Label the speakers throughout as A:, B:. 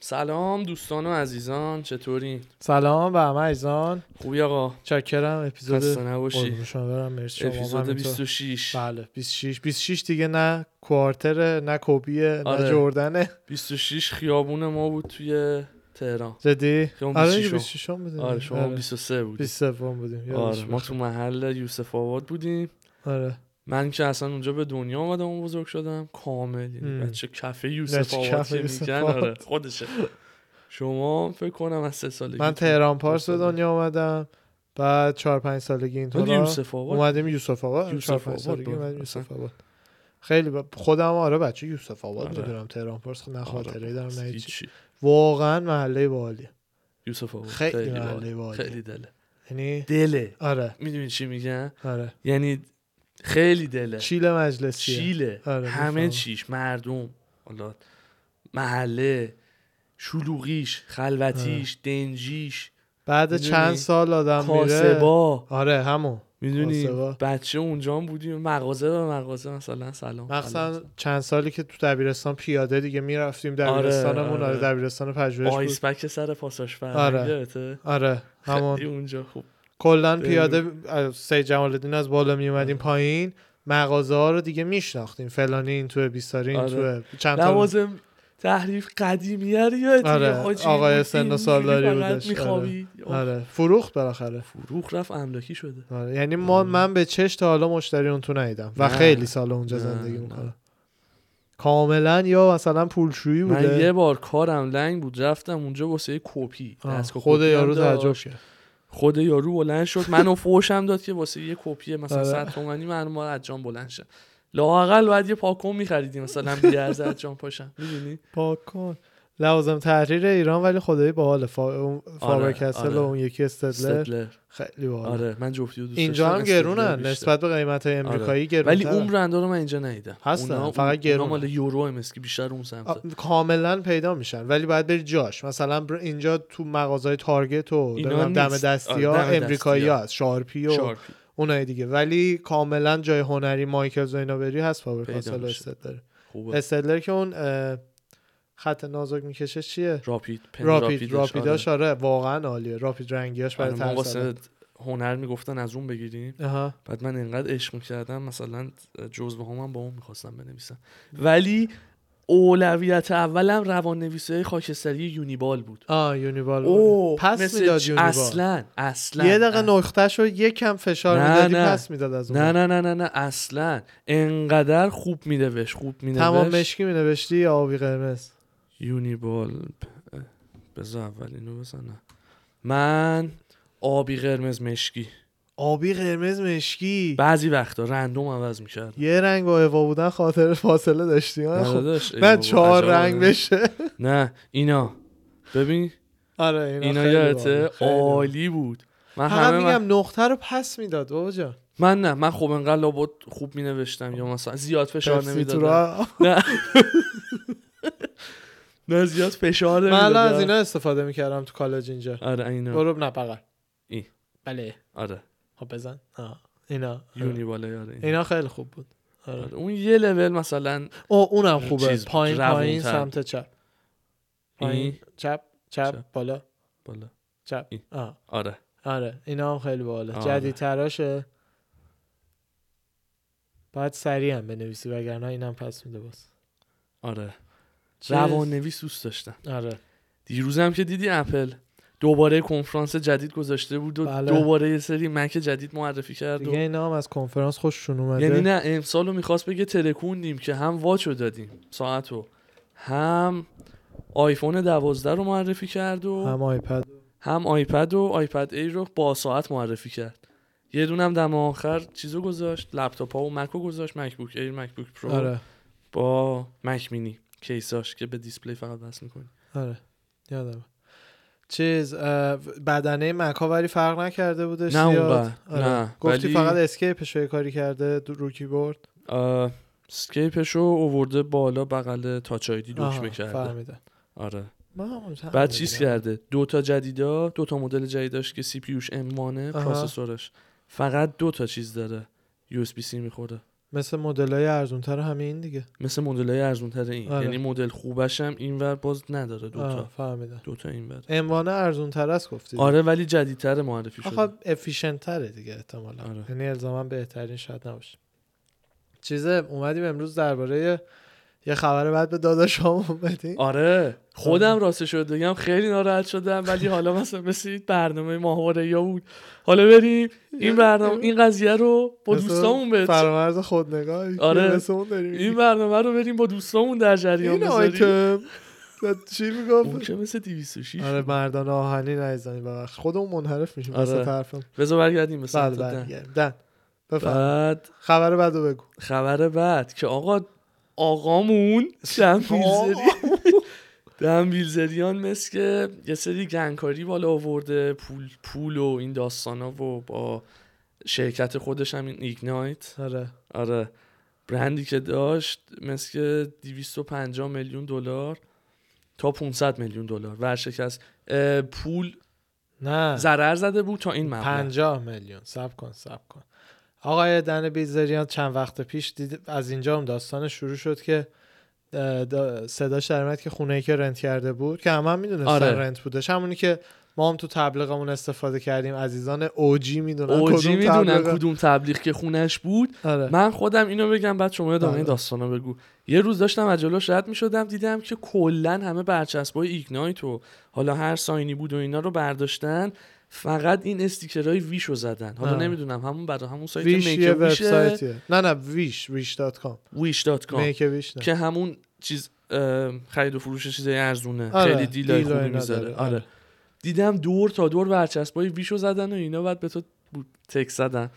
A: سلام دوستان و عزیزان چطوری؟
B: سلام به همه عزیزان
A: خوبی آقا
B: چکرم اپیزود
A: خسته نباشی.
B: قربون شما برم مرسی شما هم
A: اپیزود
B: همینطور.
A: 26
B: بله 26 26 دیگه نه کوارتره نه کوبیه
A: آره.
B: نه جردنه
A: 26 خیابون ما بود توی تهران
B: جدی
A: خیابون
B: آره
A: 26 م.
B: 26 م بودیم بله.
A: آره شما 23 بودی
B: 23 م بودیم یادش
A: آره ما
B: بخیر.
A: تو محل یوسف آباد بودیم
B: آره
A: من که اصلا اونجا به دنیا آمدم و بزرگ شدم کامل یعنی
B: ام.
A: بچه کفه یوسف
B: بچه
A: آباد
B: کف
A: که
B: یوسف
A: میگن
B: آباد.
A: آره خودشه شما فکر کنم از سه سالگی
B: من
A: تو-
B: تهران پارس به
A: سالگی.
B: دنیا اومدم بعد 4 5 سالگی
A: من
B: اینطورا
A: یوسف آباد
B: اومدیم یوسف آباد
A: یوسف
B: 4 5
A: آباد
B: سالگی
A: بود.
B: اومدیم یوسف آباد خیلی ب... خودم آره بچه یوسف آباد
A: آره.
B: میدونم تهران پارس خب، نه خاطره دارم نه هیچی.
A: هیچی.
B: واقعا محله باحالیه
A: یوسف آباد
B: خیلی
A: خیلی
B: محله
A: باحال.
B: باحالیه.
A: خیلی دله
B: یعنی
A: دله
B: آره
A: میدونی چی میگن
B: آره
A: یعنی خیلی دله
B: چیل مجلسیه
A: چیله
B: آره،
A: همه
B: می‌فهمم.
A: چیش مردم حالا محله شلوغیش خلوتیش دنجیش
B: بعد
A: می‌دونی؟
B: چند سال آدم آره. خب، میره
A: کاسبا
B: آره همون
A: میدونی
B: کاسبا.
A: بچه اونجا هم بودیم مغازه به مغازه مثلا سلام
B: مخصوصا
A: سلام.
B: چند سالی که تو دبیرستان پیاده دیگه میرفتیم دبیرستانمون آره,
A: آره.
B: دبیرستان پژوهش بود
A: آیس بک سر پاساش
B: آره.
A: فرهنگ
B: آره
A: خیلی
B: همون
A: اونجا خوب
B: کلا
A: بریم.
B: پیاده از سید جمال الدین از بالا می اومدیم
A: آره.
B: پایین مغازه ها رو دیگه میشناختیم فلانی این تو بیساری این
A: آره.
B: تو چند تا
A: لوازم تحریف قدیمیه رو یادی
B: آره، آقای سن و سالاری بودش.
A: میخوابی
B: آره فروخت بالاخره
A: فروخ رفت املاکی شده
B: آره. یعنی ما من به چش تا حالا مشتری اون تو ندیدم و
A: نه.
B: خیلی سال اونجا
A: نه،
B: زندگی
A: نه.
B: میکنم کاملا یا مثلا پولشویی بوده
A: من یه بار کارم لنگ بود رفتم اونجا واسه یه کپی
B: آه،
A: دستگاه
B: خود
A: کپی هم
B: یارو
A: داشت.
B: تعجب کرد
A: خود یارو بلند شد منو فوشم داد که واسه یه کپی مثلا
B: آره.
A: 100 تومانی من ما از جام بلند شم لااقل باید یه پاکون می‌خریدی مثلا بی ارزش از جام پاشم می‌دونی
B: پاک کن لوازم تحریر ایران ولی خدایی باحال فا... اون فابر
A: آره،
B: کسل
A: آره.
B: و اون یکی استدلر
A: استدلر
B: خیلی باحال
A: آره من جفتی رو دوست
B: اینجا
A: داشتم.
B: هم
A: استدلر
B: گرونن
A: بیشتر. آره.
B: نسبت به قیمت های امریکایی گرون
A: ولی اون برندا رو من اینجا ندیدم
B: هستن،
A: اونا-
B: فقط
A: اونا
B: گرونن.
A: مال یورو امسکی بیشتر اون سمت
B: کاملا پیدا میشن ولی باید بری جاش مثلا بر- اینجا تو مغازهای تارگت و
A: اینا
B: نمیدونم دم
A: نیست.
B: دستی
A: آره،
B: ها
A: دم دستی
B: امریکایی
A: ها.
B: هست شارپی و
A: شارپی
B: اونای دیگه ولی کاملا جای هنری مایکل و اینا بری هست فابر
A: پیدا
B: کاسل و
A: میشه.
B: استدلر
A: خوبه
B: استدلر که اون اه، خط نازک میکشه چیه
A: راپید پن
B: راپید
A: راپیدش، آره.
B: راپیداش آره واقعا عالیه راپید رنگیاش برای
A: آره، ما
B: ترسانه
A: واسه هنر میگفتن از اون بگیریم
B: آها
A: بعد من انقدر عشق میکردم مثلا جزوه هم با اون میخواستم بنویسم ولی اولویت اولم روان نویسه خاکستری یونیبال بود
B: آ یونیبال
A: او
B: پس میداد یونیبال
A: اصلا اصلا
B: یه دقیقه
A: اصلاً.
B: نقطهش رو یه کم فشار
A: نه،
B: میدادی
A: نه.
B: پس میداد از اون
A: نه نه نه نه نه اصلا انقدر خوب مینوشت خوب
B: تمام
A: مینوشت
B: مشکی مینوشتی یا آبی قرمز
A: یونیبال بذار اول اینو بزنم من آبی قرمز مشکی
B: آبی قرمز مشکی
A: بعضی وقتا رندوم عوض میکرد
B: یه رنگ با اوا بودن خاطر فاصله داشتی ها؟ خب. نه چهار رنگ بشه
A: نه اینا ببین
B: آره اینا,
A: اینا
B: خیلی
A: یادته
B: باحاله. خیلی باحاله.
A: عالی بود من
B: فقط
A: همه من...
B: میگم نقطه رو پس میداد بابا جان
A: من نه من خب انقدر لابد خوب می نوشتم یا مثلا زیاد فشار
B: پپسی تو
A: نمیدادم
B: را-
A: نه نه زیاد فشار
B: من الان
A: نمیدادم
B: از اینا استفاده میکردم تو کالج اینجا
A: آره اینا
B: برو نه بغل
A: این.
B: بله
A: آره
B: خب بزن آه. اینا
A: یونی بالا آره اینا.
B: اینا خیلی خوب بود آره.
A: آره، اون یه لول مثلا
B: او اونم خوبه
A: یعنی چیز بود،
B: پایین پایین
A: روون‌تر.
B: سمت چپ
A: این
B: پایین چپ
A: چپ.
B: چپ بالا
A: بالا
B: چپ
A: این.
B: آه.
A: آره
B: آره اینا هم خیلی باله
A: آره.
B: جدید تراشه باید سریع هم بنویسی وگرنه اینم پس میده باز
A: آره
B: چیز-
A: روان نویس دوست داشتم
B: آره
A: دیروزم که دیدی اپل دوباره کنفرانس جدید گذاشته بود و
B: بله.
A: دوباره یه سری مک جدید معرفی کرد و
B: دیگه اینا هم از کنفرانس خوششون اومده
A: یعنی نه امسال رو میخواست بگه ترکوندیم که هم واچو دادیم ساعت رو هم آیفون دوازده رو معرفی کرد و هم,
B: هم آیپد
A: آیپد و آیپد ای رو با ساعت معرفی کرد یه دونم دم آخر چیزو گذاشت لپتاپ ها و مک رو گذاشت مکبوک ایر مکبوک پرو
B: آره
A: با مک مینی کیساش که به دیسپلی فقط بس میکنی
B: آره یادم چیز اه، بدنه مکا ولی فرق نکرده بودش
A: نه
B: زیاد.
A: اونقدر،
B: آره.
A: نه،
B: گفتی
A: ولی-
B: فقط اسکیپش رو یه کاری کرده دو- رو کیبورد
A: سکیپش رو اوورده بالا بغل تاچ آیدی
B: آها،
A: دکمه کرده
B: فهمیدم
A: آره
B: من همون طرح
A: بعد چیز
B: بودم.
A: کرده دو تا جدیدا دو تا مدل جدیداش که سی پیوش امانه
B: آها.
A: پروسسورش فقط دو تا چیز داره یو اس بی سی میخوره
B: مثل مدل های ارزونتر همه این دیگه
A: مثل مدل های ارزون تر این
B: آره.
A: یعنی مدل خوبش هم اینور باز نداره
B: آه،
A: دوتا
B: فهمیدم
A: دوتا اینور
B: اموانه ارزون تر است گفتی
A: آره ولی جدیدتر معرفی شده
B: آخه افیشنت تره دیگه احتمالا
A: آره.
B: یعنی الزاما بهترین شاید نباشه چیزه اومدیم امروز درباره یه خبر بعد به داداش هم اومدیم
A: آره خودم
B: آره.
A: راستش شد بگم خیلی ناراحت شدم ولی حالا مثلا مثل این برنامه ماهواره یا بود حالا بریم این برنامه این قضیه رو با
B: مثل
A: دوستامون بت...
B: فرامرز خودنگاه
A: آره.
B: مثل اون داریم
A: این برنامه رو بریم با دوستامون در جریان
B: این
A: بذاریم
B: آیتم چی
A: اون
B: میگفت
A: که مثل 206
B: آره مردان آهنی نزنی ببخش خودمون منحرف میشیم
A: آره.
B: آره. طرفم
A: بذار برگردیم به
B: بله
A: سمت ده. بله.
B: برمیگردیم دن بفهم
A: بعد
B: خبر بعدو بگو
A: خبر بعد که آقا آقامون دنبیلزری دنبیلزریان مثل که یه سری گنگکاری بالا آورده پول پول و این داستانا و با شرکت خودش هم این ایگنایت
B: آره
A: آره برندی که داشت مثل که 250 میلیون دلار تا 500 میلیون دلار ورشکست اه، پول
B: نه
A: ضرر زده بود تا این مبلغ
B: 50 میلیون سب کن سب کن آقای دن بیزریان چند وقت پیش دید از اینجا هم داستان شروع شد که اه، دا- صداش در اومد که خونه ای که رنت کرده بود که همه هم میدونستن
A: آره.
B: رنت بودش همونی که ما هم تو تبلیغمون استفاده کردیم عزیزان اوجی میدونن
A: اوجی
B: کدوم
A: میدونن
B: تبلیغ-
A: کدوم تبلیغ که خونش بود
B: آره.
A: من خودم اینو بگم بعد شما ادامه
B: بله.
A: داستانا بگو یه روز داشتم از جلوش رد میشدم دیدم که کلا همه برچسبای ایگنایت و حالا هر ساینی بود و اینا رو برداشتن فقط این استیکرهای ویش رو زدن حالا
B: آه.
A: نمیدونم همون برای همون سایت
B: ویش یه
A: میک ویش
B: وبسایتیه نه نه ویش ویش دات کام
A: ویش دات کام
B: میک ویش نه
A: که همون چیز اه، خرید و فروش چیزای ارزونه
B: آره،
A: خیلی دیلای
B: دیل و
A: خوبی
B: اینا
A: میذاره
B: داره.
A: آره دیدم دور تا دور برچسبای ویش رو زدن و اینا بعد به تو تک زدن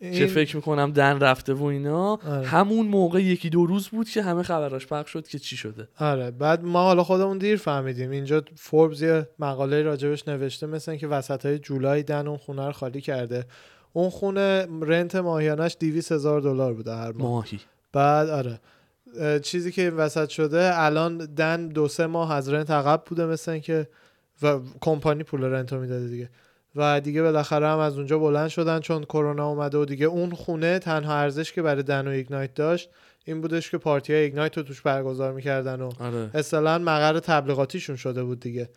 A: که
B: این-
A: فکر میکنم دن رفته و اینا
B: آره.
A: همون موقع یکی دو روز بود که همه خبراش پخش شد که چی شده
B: آره بعد ما حالا خودمون دیر فهمیدیم اینجا فوربز یه مقاله راجبش نوشته مثل که وسط های جولای دن اون خونه رو خالی کرده اون خونه رنت ماهیانش 200 هزار دلار بوده هر ماه
A: ماهی
B: بعد آره اه، چیزی که این وسط شده الان دن دو سه ماه از رنت عقب بوده مثل که و کمپانی پول رنت رو میداده دیگه و دیگه بالاخره هم از اونجا بلند شدن چون کرونا اومده و دیگه اون خونه تنها ارزش که برای دن و ایگنایت داشت این بودش که پارتی ایگنایت رو توش برگزار میکردن و
A: آره
B: اصطلاحا مقر تبلیغاتیشون شده بود دیگه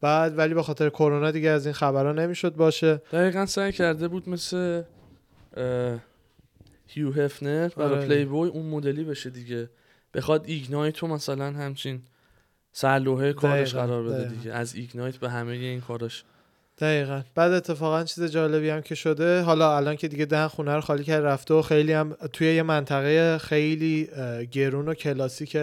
B: بعد ولی به خاطر کرونا دیگه از این خبرها نمیشد باشه
A: دقیقا سعی کرده بود مثل اه، هیو هفنر برای
B: آره.
A: پلی بوی اون مدلی بشه دیگه بخواد ایگنایت رو مثلا همچین سرلوحه کارش
B: دقیقاً،
A: قرار بده
B: دقیقاً.
A: دیگه از ایگنایت به همه این کاراش
B: دقیقا بعد اتفاقا چیز جالبی هم که شده حالا الان که دیگه دن خونه رو خالی کرد رفته و خیلی هم توی یه منطقه خیلی اه، گرون و کلاسیک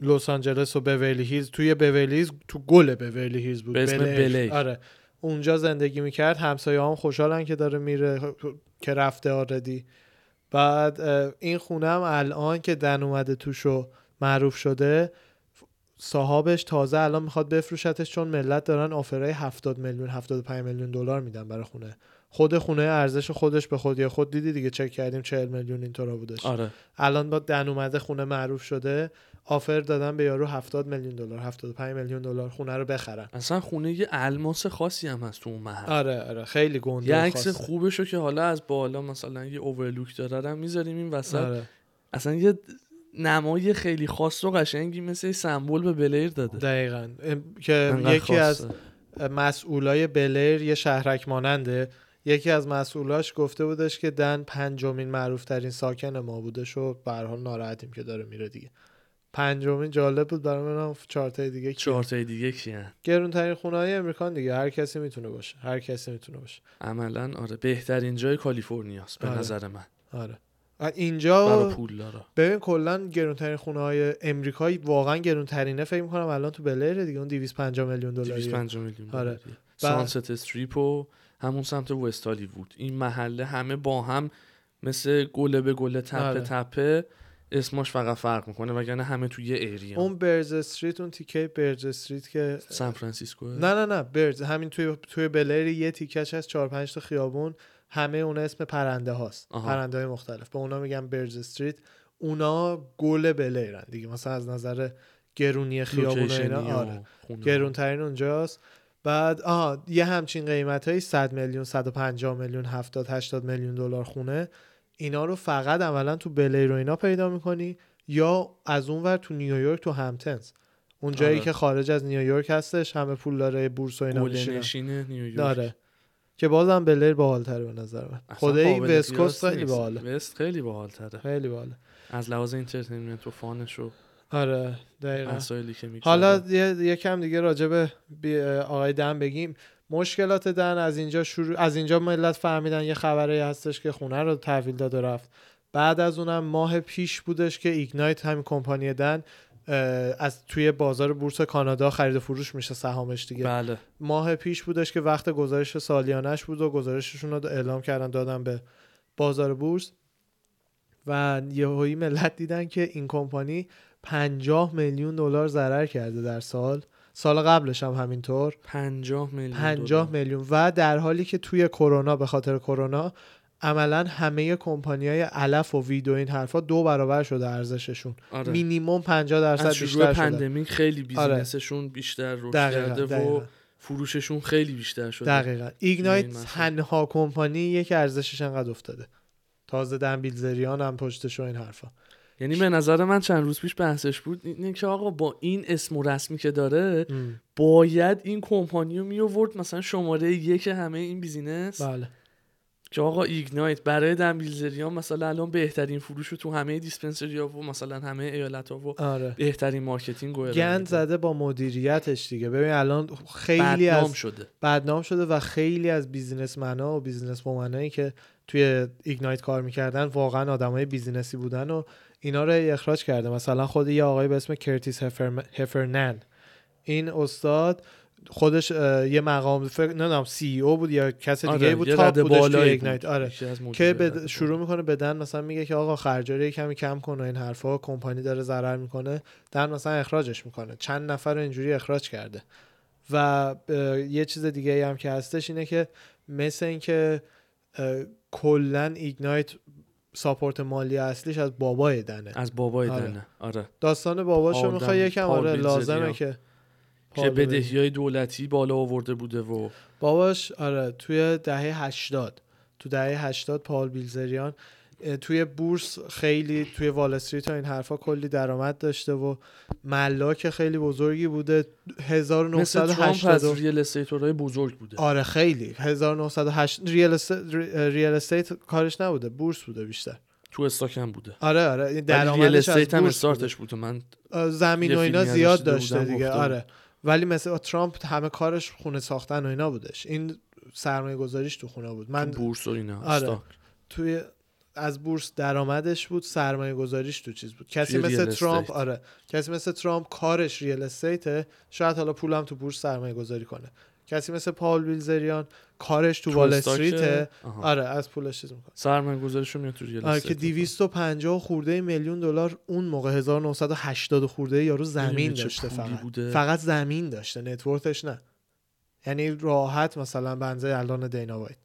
B: لس آنجلس و بیولی هیلز توی بیولی هیلز تو گل بیولی هیلز بود
A: به اسم
B: بل ایر.
A: بل ایر.
B: آره اونجا زندگی میکرد همسایه هم خوشحالن که داره میره که رفته آردی بعد اه، این خونه هم الان که دن اومده توش و معروف شده صاحبش تازه الان میخواد بفروشتش چون ملت دارن آفرای 70 میلیون 75 میلیون دلار میدن برای خونه خود خونه ارزش خودش به خودی خود دیدی دیگه چک کردیم 40 میلیون اینطورا بودش
A: آره
B: الان با دن اومده خونه معروف شده آفر دادن به یارو 70 میلیون دلار 75 میلیون دلار خونه رو بخرن
A: اصلا خونه یه الماس خاصی هم هست تو اون محل
B: آره آره خیلی
A: یه
B: گنده و
A: عکس
B: خاصه.
A: خوبشو که حالا از بالا مثلا یه اوورلوک داره رو میذاریم این وسط
B: آره
A: اصلا یه نمای خیلی خاص و قشنگی مثل یه سمبل به بلیر داده
B: دقیقا ام، که
A: انقدر
B: یکی از
A: خاصه.
B: مسئولای بلیر یه شهرک ماننده یکی از مسئولاش گفته بودش که دن پنجمین معروفترین ساکن ما بودش و به هر حال ناراحتیم که داره میره دیگه پنجمین جالب بود برای من چارتای دیگه کی
A: چهار تای دیگه کیان
B: گرونترین خونه های امریکان دیگه هر کسی میتونه باشه هر کسی میتونه باشه
A: عملا آره بهترین جای کالیفرنیاست به
B: آره.
A: نظر من
B: آره و اینجا
A: برای پولدارا
B: ببین کلا گرونترین خونه های امریکایی واقعا گرونترینه فکر میکنم الان تو بلیر دیگه اون 250 میلیون دلار
A: 250 میلیون
B: آره.
A: آره. سانست استریپ و همون سمت وست هالیوود این محله همه با هم مثل گله به گله تپه
B: آره.
A: تپه اسمش فقط فرق میکنه وگرنه همه توی یه ایریا
B: اون برز استریت اون تیکه برز استریت که
A: سان فرانسیسکو
B: نه نه نه برز همین توی توی بلر یه تیکش از چهار پنج تا خیابون همه اونا اسم پرنده هاست
A: آها.
B: پرنده های مختلف به اونا میگن برز استریت اونا گل بلرن دیگه مثلا از نظر گرونی خیابون و
A: لوکیشنی
B: اینا
A: و
B: آره
A: خونه.
B: گرونترین اونجاست بعد آها یه همچین قیمت 100 میلیون 150 میلیون 70 80 میلیون دلار خونه اینا رو فقط عملا تو بلی رو اینا پیدا میکنی یا از اون ور تو نیویورک تو همتنز اون جایی
A: آره.
B: که خارج از نیویورک هستش همه پول داره بورس و اینا
A: گله
B: میشینن.
A: نشین نیویورک
B: آره که بازم بلیر باحال‌تره به نظر من
A: اصلا
B: خدایی
A: قابل
B: وست کوست
A: قیاس
B: خیلی
A: نیست.
B: باحاله
A: وست خیلی باحال تره
B: خیلی باحاله
A: از لحاظ اینترتینمنت و فانش و
B: آره دقیقا
A: مسائلی که میگه
B: حالا یه, یه کم دیگه راجع به بی- آقای دن بگیم مشکلات دن از اینجا شروع از اینجا ملت فهمیدن یه خبری هستش که خونه رو تحویل داد و رفت بعد از اونم ماه پیش بودش که ایگنایت همین کمپانی دن اه، از توی بازار بورس کانادا خرید و فروش میشه سهامش دیگه
A: بله
B: ماه پیش بودش که وقت گزارش سالیانش بود و گزارششون رو اعلام کردن دادن به بازار بورس و یهویی ملت دیدن که این کمپانی 50 میلیون دلار ضرر کرده در سال سال قبلش هم همینطور
A: 50 میلیون
B: 50
A: دلار.
B: میلیون و در حالی که توی کرونا به خاطر کرونا عملا همه کمپانی های علف و ویدو این حرفا دو برابر شده ارزششون
A: آره.
B: مینیمم 50 درصد
A: از شروع
B: بیشتر شده
A: پندمیک خیلی
B: آره.
A: بیزینسشون بیشتر رشد
B: دقیقاً،
A: کرده
B: دقیقاً.
A: و فروششون خیلی بیشتر شده
B: دقیقا
A: این
B: ایگنایت
A: مسئله.
B: تنها کمپانیه که ارزشش انقدر افتاده تازه دن بیلزریان هم پشتش و این حرفا
A: یعنی به نظر من چند روز پیش بحثش بود اینه که آقا با این اسم و رسمی که داره باید این کمپانی رو می آورد مثلا شماره یک همه این بیزینس
B: بله
A: که آقا ایگنایت برای دنبیلزریان مثلا الان بهترین فروش رو تو همه دیسپنسری ها و مثلا همه ایالت ها و
B: آره
A: بهترین مارکتینگ رو
B: گند زده با مدیریتش دیگه ببین الان خیلی
A: خیلی
B: از
A: شده
B: بدنام شده و خیلی از بیزینسمنا و بیزینس وومنایی که توی ایگنایت کار میکردن واقعا آدمای بیزینسی بودن و اینا رو اخراج کرده مثلا خود یه آقای به اسم کرتیس هفرم- هفرنن این استاد خودش اه، یه مقام فکر نمیدونم سی او بود یا کس دیگه
A: آره،
B: بود
A: یه
B: تاپ
A: رده
B: بودش توی
A: بالایی
B: ایگنایت
A: بود.
B: آره
A: یکی از مدیرای
B: که
A: رده
B: به
A: بالا.
B: شروع میکنه بدن مثلا میگه که آقا خرجاری رو کمی کم کن و این حرفا کمپانی داره ضرر میکنه دن مثلا اخراجش میکنه چند نفر رو اینجوری اخراج کرده و اه، یه چیز دیگه هم که هستش اینه که مثل اینکه اه، کلا ایگنایت ساپورت مالی اصلیش از بابای دنه
A: از بابای
B: آره.
A: دنه آره
B: داستان باباشو
A: پاول
B: میخوای
A: دن-
B: یکم
A: پاول
B: آره
A: بیلزریا.
B: لازمه که
A: که
B: پاول بیلزریا.
A: بدهی های دولتی بالا آورده بوده و
B: باباش آره توی دهه 80 تو دهه 80 پاول بیلزریان اه، توی بورس خیلی توی وال استریت و این حرفا کلی درآمد داشته و ملاک خیلی بزرگی بوده
A: مثل ترامپ از
B: 1980
A: ریل استیتورهای بزرگ بوده
B: آره خیلی 1908 ریال, است... ری- ریال استیت کارش نبوده بورس بده بیشتر
A: تو استاکم بوده
B: آره آره
A: در ریل
B: درآمدش از
A: استیت هم
B: بورس بوده.
A: استارتش بود و من
B: زمین
A: یه
B: و اینا
A: فیلمی ازش
B: زیاد
A: دیده
B: داشته
A: بودم،
B: دیگه
A: گفته بود.
B: آره ولی مثل ترامپ همه کارش خونه ساختن و اینا بودش این سرمایه گذاریش تو خونه بود
A: تو
B: من
A: بورس و اینا
B: آره.
A: استاک
B: توی از بورس درآمدش بود سرمایه گذاریش تو چیز بود کسی
A: توی
B: مثل
A: ریال
B: ترامپ
A: استیت.
B: آره کسی مثل ترامپ کارش ریال استیته شاید حالا پولم تو بورس سرمایه گذاری کنه کسی مثل پاول بیلزریان کارش تو وال
A: استاک-
B: استریته
A: آها.
B: آره از پولش چیز میکنه
A: سرمایه گذاریشو میاد تو ریل
B: آره
A: استیت
B: که 250 خورده میلیون دلار اون موقع 1980 خورده یارو زمین
A: می‌دونی خب، چه
B: داشته
A: پولی
B: فقط
A: بوده؟
B: فقط زمین داشته نتورتش نه یعنی راحت مثلا بنزه الان دینا وایت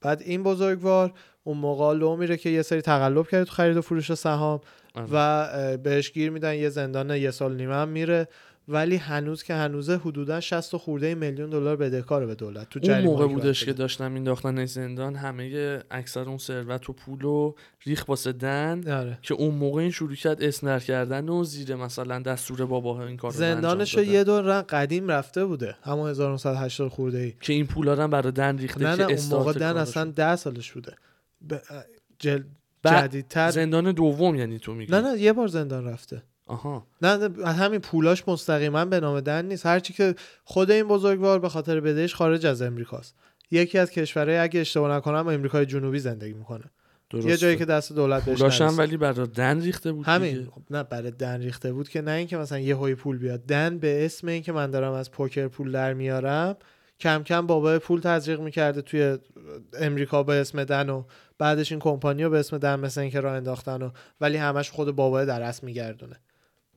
B: بعد این بزرگوار اون موقع لو میره که یه سری تقلب کرده تو خرید و فروش سهام
A: آره.
B: و اه، بهش گیر میدن یه زندان یه سال نیمه هم میره ولی هنوز که هنوزه حدودا 60 خورده میلیون دلار بدهکاره به دولت تو
A: اون
B: جریمه‌ای
A: موقع
B: که
A: بودش
B: باید
A: که
B: بده.
A: داشتم مینداختن از زندان همه اکثر اون ثروت و پول و ریخ واسه دن
B: آره
A: که اون موقع این شروع کرد اسنر کردن و زیر مثلا دستور بابا این کار رو انجام
B: زندانش رو
A: دادن.
B: یه دور قدیم رفته بوده همون 1980 خورده ای
A: که این پولا رو هم برای دن ریخته که
B: نه نه اون
A: خب، استارت
B: موقع دن
A: کاراشون.
B: اصلا ده سالش بوده ب... جل...
A: بعد
B: جدیدتر
A: زندان دوم یعنی تو میگی
B: نه نه یه بار زندان رفته
A: آها
B: نه, نه از همین پولاش مستقیما به نام دن نیست هرچی که خود این بزرگوار به خاطر بدهش خارج از امریکاست یکی از کشورهای اگه اشتباه نکنم امریکای جنوبی زندگی میکنه
A: درسته.
B: یه جایی که دست دولت بهش
A: پولاش هم
B: نرسه.
A: ولی برای دن ریخته بود
B: همین
A: دیگه.
B: خب نه برای دن ریخته بود که نه اینکه مثلا یه هوی پول بیاد دن به اسم اینکه من دارم از پوکر پول در میارم کم کم بابای پول تزریق میکرده توی امریکا به اسم دن و بعدش این کمپانی رو به اسم دن مثل اینکه راه انداختن و ولی همش خود بابای در اصل میگردونه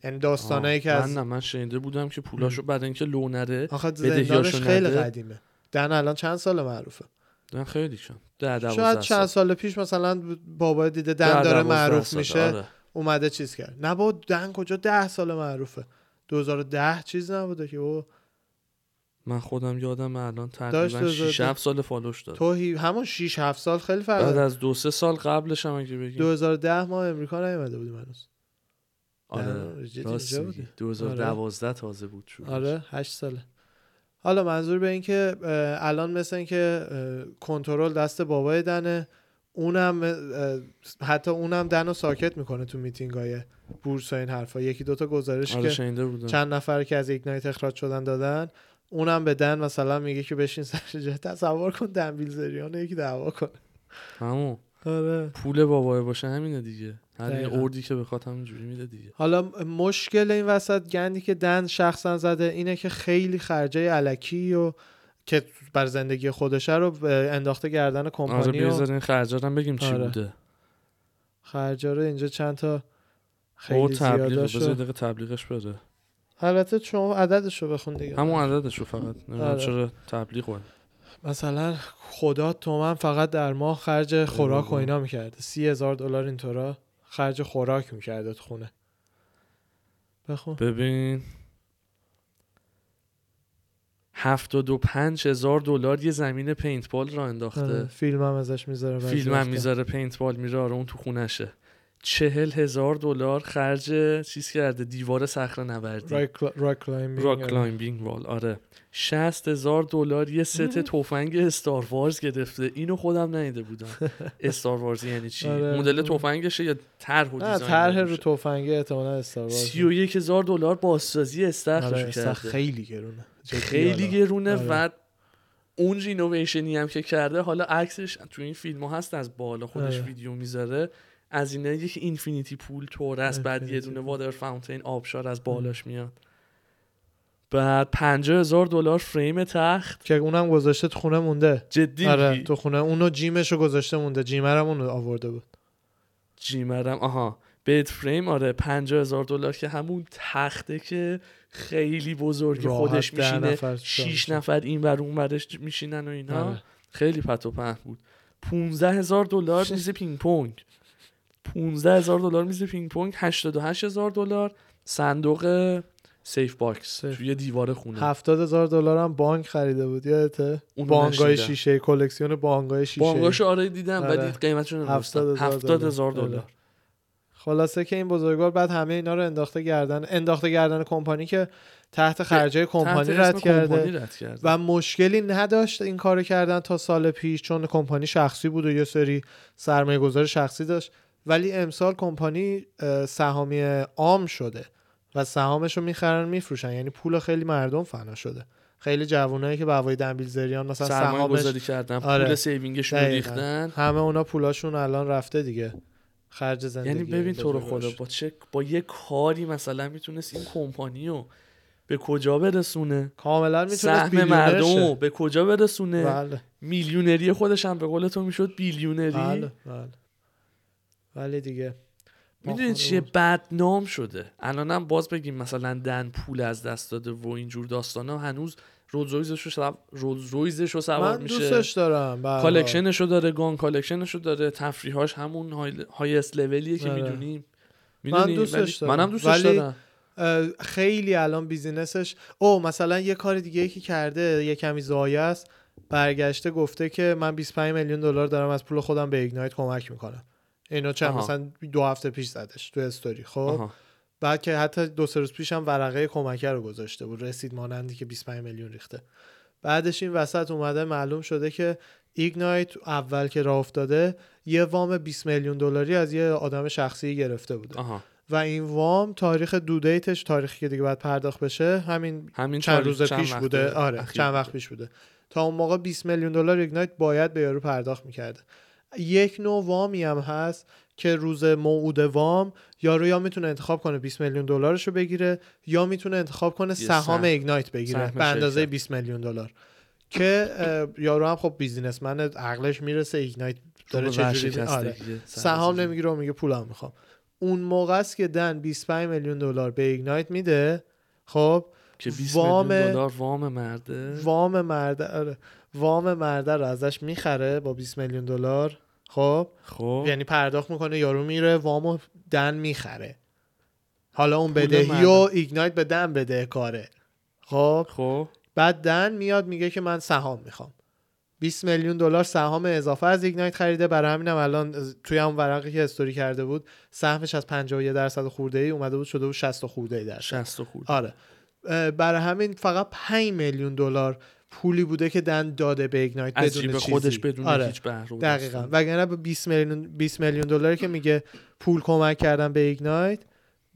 B: یعنی داستانایی
A: آه،
B: که
A: من
B: از
A: نه من شنیده بودم که پولاشو برای اینکه لو نره
B: آخه
A: بدهیاشو
B: زندانش خیلی
A: نده.
B: قدیمه دن الان چند سال معروفه
A: نه خیلی کم ده دوازده
B: شاید چند
A: سال.
B: سال پیش مثلا بابا دیده
A: ده
B: دن داره
A: دوازده
B: معروف
A: سال،
B: میشه
A: آره.
B: اومده چیز کرد نه با دن کجا ده سال معروفه 2010 چیز نبوده که او
A: من خودم یادم الان
B: داشت
A: تقریبا
B: داشت
A: 6
B: داشت.
A: 7 سال فالوش داد
B: تو هی- همون 6 7 سال خیلی
A: بعد
B: فرق
A: از دو سه سال قبلش هم اگه بگیم
B: 2010 ما امریکا نیومده بودیم هنوز
A: آره
B: نه، ریجیت
A: راست
B: اینجا
A: میگی.
B: بودی.
A: 2012 تازه بود شروعش.
B: آره 8 ساله حالا منظور به این که اه، الان مثل این که اه، کنترل دست بابای دنه اونم اه، حتی اونم دن رو ساکت میکنه تو میتینگ های بورس و این حرفا یکی دوتا گزارش
A: آره
B: که
A: شنیده بودم
B: چند نفر که از ایگنایت اخراج شدن دادن اونم به دن مثلا میگه که بشین سر جه تصور کن دن بیلزریان رو یکی دعوا کنه
A: همون
B: آره
A: پول بابای باشه همینه دیگه هر یه
B: دقیقاً.
A: اردی که بخواد همینجوری میده دیگه
B: حالا م- مشکل این وسط گندی که دن شخصا زده اینه که خیلی خرجه علکی و که بر زندگی خودشه رو ب- انداخته گردن
A: آره
B: کمپانی و
A: بذار این خرجات هم بگیم چی
B: آره.
A: بوده
B: خرجا رو اینجا چند تا
A: او
B: خیلی
A: تبلیغ
B: زیاده
A: بذار یه
B: شد
A: دقیقه تبلیغش بره
B: البته شما عددش رو بخون دیگه
A: همون عددش رو فقط نمیدونم
B: آره.
A: چرا تبلیغ بود
B: مثلا خدا تومن فقط در ماه خرج خوراک و
A: بابا.
B: اینا میکرده سی هزار دلار اینطورا خرج خوراک میکرده تو خونه بخون
A: ببین هفتاد و پنج هزار دلار یه زمین پینتبال را
B: آره،
A: انداخته
B: فیلم هم ازش میذاره بعضی
A: فیلم هم
B: وقتا.
A: میذاره پینتبال میره آره اون تو خونشه چهل هزار دلار خرج چیز کرده دیوار صخره نوردی
B: راک کلا- راک کلایمبینگ.
A: راک کلایمبینگ وال آره شست هزار دلار یه ست تفنگ استار وارز گرفته اینو خودم ندیده بودم استار وارز یعنی چی
B: آره.
A: مدل تفنگشه یا طرح و
B: نه
A: دیزاین
B: طرح
A: داره
B: رو
A: میشه؟
B: تفنگه احتمالاً استار وارز.
A: سی و یک هزار دلار بازسازی
B: آره،
A: استخرش
B: استخر
A: کرده
B: خیلی گرونه جدی
A: خیلی
B: حالا.
A: گرونه
B: آره.
A: و اون رینوویشنی هم که کرده حالا عکسش تو این فیلم ها هست از بالا خودش
B: آره.
A: ویدیو میذاره از اینا یک اینفینیتی پول تور است بعد یه
B: اینفینیتی
A: دونه
B: پول.
A: وادر فاونتین آبشار از بالاش میاد بعد پنجاه هزار دلار فریم تخت
B: که اونم گذاشته تو خونه مونده
A: جدی
B: آره
A: میگی؟
B: تو خونه اونو جیمش رو گذاشته مونده جیمرم اونو آورده بود
A: جیمرم آها بد فریم آره پنجاه هزار دلار که همون تخته که خیلی بزرگ
B: راحت
A: خودش
B: ده
A: میشینه
B: نفر
A: شیش
B: میشه.
A: نفر این بر اون برش میشینن و اینا
B: آره.
A: خیلی پت و پهن بود 15 هزار دلار میز پینگ پونگ 15 هزار دلار میز پینگ پونگ 88 هزار دلار صندوق سیف باکس
B: سیف.
A: توی دیوار خونه
B: هفتاد هزار دلار هم بانک خریده بود یادته
A: اونو
B: بانگای
A: نشنیدم.
B: شیشه کلکسیون بانگای شیشه
A: بانگاشو آره دیدم
B: آره.
A: ولی قیمتشو
B: هفتاد
A: نمیدونستم
B: هزار
A: 70 هزار
B: دلار. آره.
A: دلار
B: خلاصه که این بزرگوار بعد همه اینا رو انداخته گردن انداخته گردن کمپانی که تحت خرجه
A: تحت
B: کمپانی
A: اسم
B: رد کرده
A: کمپانی رد کرده.
B: و مشکلی نداشت این کارو کردن تا سال پیش چون کمپانی شخصی بود و یه سری سرمایه گذار شخصی داشت ولی امسال کمپانی اه، سهامی عام شده و سهامش رو میخرن میفروشن یعنی پول خیلی مردم فنا شده خیلی جوانایی که به هوای دنبیل زریان مثلا
A: سرمایه
B: سهامش
A: گذاری کردن
B: آره.
A: پول سیوینگش رو
B: دقیقاً.
A: ریختن
B: همه اونا پولاشون الان رفته دیگه خرج زندگی
A: یعنی ببین تو رو خدا
B: بزرگاش.
A: با چه با یه کاری مثلا میتونست این کمپانی رو به کجا برسونه
B: کاملا میتونست
A: سهم
B: بیلیونر
A: مردم
B: شه.
A: رو به کجا برسونه
B: بله
A: میلیونری خودش هم به قول تو میشد بیلیونری
B: بله بله ولی دیگه ما
A: میدونی چیه
B: خودمون-
A: بدنام شده الانم باز بگیم مثلا دن پول از دست داده و اینجور داستانا هنوز رولز رویزش رو سوار- رولز رویزش رو سوار
B: من
A: میشه
B: دوستش دارم بله، به هر حال.
A: کالکشنش رو داره گان کالکشنش رو داره تفریحاش همون های- هایست لولیه که
B: آره.
A: میدونیم
B: دوستش دارم.
A: منم دوستش
B: ولی-
A: دارم
B: اه، خیلی الان بیزینسش او مثلا یه کار دیگه ای که کرده یه کمی زایه است برگشته گفته که من 25 میلیون دلار دارم از پول خودم به ایگنایت کمک میکنم اینو چند
A: آها.
B: مثلا دو هفته پیش زدش تو استوری خب
A: آها.
B: بعد که حتی دو سه روز پیش هم ورقه کمکه رو گذاشته بود رسید مانندی که 25 میلیون ریخته بعدش این وسط اومده معلوم شده که ایگنایت اول که راه افتاده یه وام 20 میلیون دلاری از یه آدم شخصی گرفته بوده
A: آها.
B: و این وام تاریخ دودیتش تاریخی که دیگه باید پرداخت بشه همین
A: همین
B: چند
A: تاریخ
B: روز پیش
A: وقت
B: بوده آره
A: اخیر
B: چند وقت پیش بوده تا اون موقع 20 میلیون دلار ایگنایت باید به یارو پرداخت میکرده یک نوع وامی هم هست که روز موعود وام یارو یا میتونه انتخاب کنه 20 میلیون دلارش رو بگیره یا میتونه انتخاب کنه سهام
A: سهم.
B: ایگنایت بگیره
A: سهم
B: به اندازه
A: شرکت.
B: 20 میلیون دلار که اه، یارو هم خب بیزینسمن عقلش میرسه ایگنایت داره
A: چون به
B: چجوری آره.
A: ورشکستگیه.
B: سهام نمیگیره و میگه پولم میخوام اون موقع است که دن 25 میلیون دلار به ایگنایت میده خب
A: که 20
B: وام-
A: میلیون دلار وام مرده
B: وام مرده آره، وام مرده رو ازش میخره با 20 میلیون دلار خب
A: خب
B: یعنی پرداخت میکنه یارو میره وامو دن میخره حالا اون
A: پول
B: بدهی
A: مرده.
B: و ایگنایت به دن بده کاره خب
A: خب
B: بعد دن میاد میگه که من سهام میخوام 20 میلیون دلار سهام اضافه از ایگنایت خریده برای همینم الان توی هم ورقی که استوری کرده بود سهمش از 51 درصد خورده ای اومده بود شده بود 60 خورده ای درصد
A: 60 خورده
B: آره برای همین فقط 5 میلیون دلار پولی بوده که دن داده به ایگنایت
A: از
B: بدون
A: جیب
B: چیزی.
A: خودش بدون
B: آره.
A: هیچ بهره و
B: دقیقا
A: دستی.
B: وگرنه به 20 میلیون 20 میلیون دلاری که میگه پول کمک کردن به ایگنایت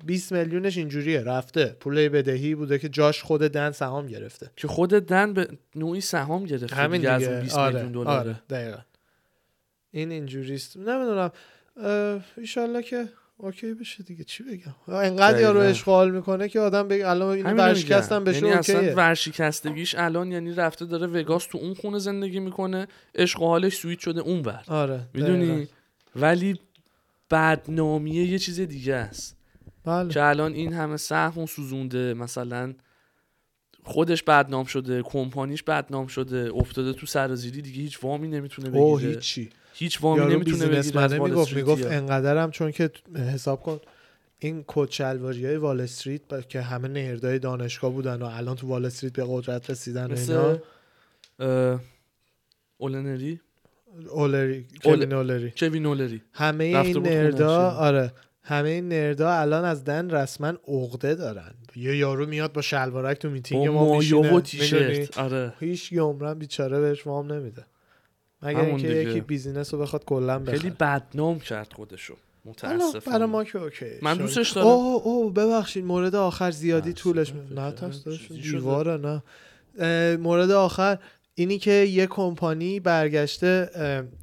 B: 20 میلیونش اینجوریه رفته پول بدهی بوده که جاش خود دن سهام گرفته
A: که خود دن به نوعی سهام گرفته
B: همین
A: خب دیگه
B: دیگه
A: از اون 20
B: آره،
A: میلیون دلاره
B: آره، دقیقا این اینجوریست نمیدونم ایشالله که اوکی بشه دیگه چی بگم انقدر یارو
A: دقیقاً.
B: اشغال میکنه که آدم بگه الان این
A: همینو
B: ورشکستم
A: میگم.
B: بشه
A: یعنی اصلا
B: اوکیه
A: ورشکستگیش الان یعنی رفته داره وگاس تو اون خونه زندگی میکنه عشق و حالش سویت شده اون ور
B: آره دقیقاً.
A: میدونی ولی بدنامیه یه چیز دیگه است
B: بله.
A: که الان این همه سهم اون سوزونده مثلا خودش بدنام شده کمپانیش بدنام شده افتاده تو سرازیری دیگه هیچ وامی نمیتونه
B: اوه
A: بگیره
B: هیچی
A: هیچ وامی
B: یارو
A: نمیتونه بگیره از
B: بیزینسمنه
A: وال
B: میگفت میگفت
A: استریتیا.
B: انقدرم چون که حساب کن این کچلواری های وال استریت با- که همه نردای دانشگاه بودن و الان تو وال استریت به قدرت رسیدن و اینا
A: مثل اه، اولنری
B: اولری
A: اول-
B: کوین اولری
A: کوین اولری
B: همه
A: رفته
B: این
A: بود خونه
B: نردا
A: چه؟
B: آره همه این نردا الان از دن رسما عقده دارن یه یارو میاد با شلوارک تو میتینگ
A: با
B: ما
A: مایه و
B: میشینه می‌دونی؟
A: تیشرت آره
B: هیچ یمرن بیچاره بهش وام نمیده مگر
A: همون
B: اینکه
A: دیگه.
B: یکی بیزینس رو بخواد کلا بخره
A: خیلی بدنام کرد خودشو
B: حالا برای
A: متاسفم
B: ما که اوکی
A: من
B: شاید.
A: دوستش دارم.
B: اوه اوه ببخشید مورد آخر زیادی
A: نه،
B: طولش
A: سکوت
B: نه
A: کردم.
B: تاش داشت
A: چیزی شده؟
B: دیواره نه اه، مورد آخر اینی که یه کمپانی برگشته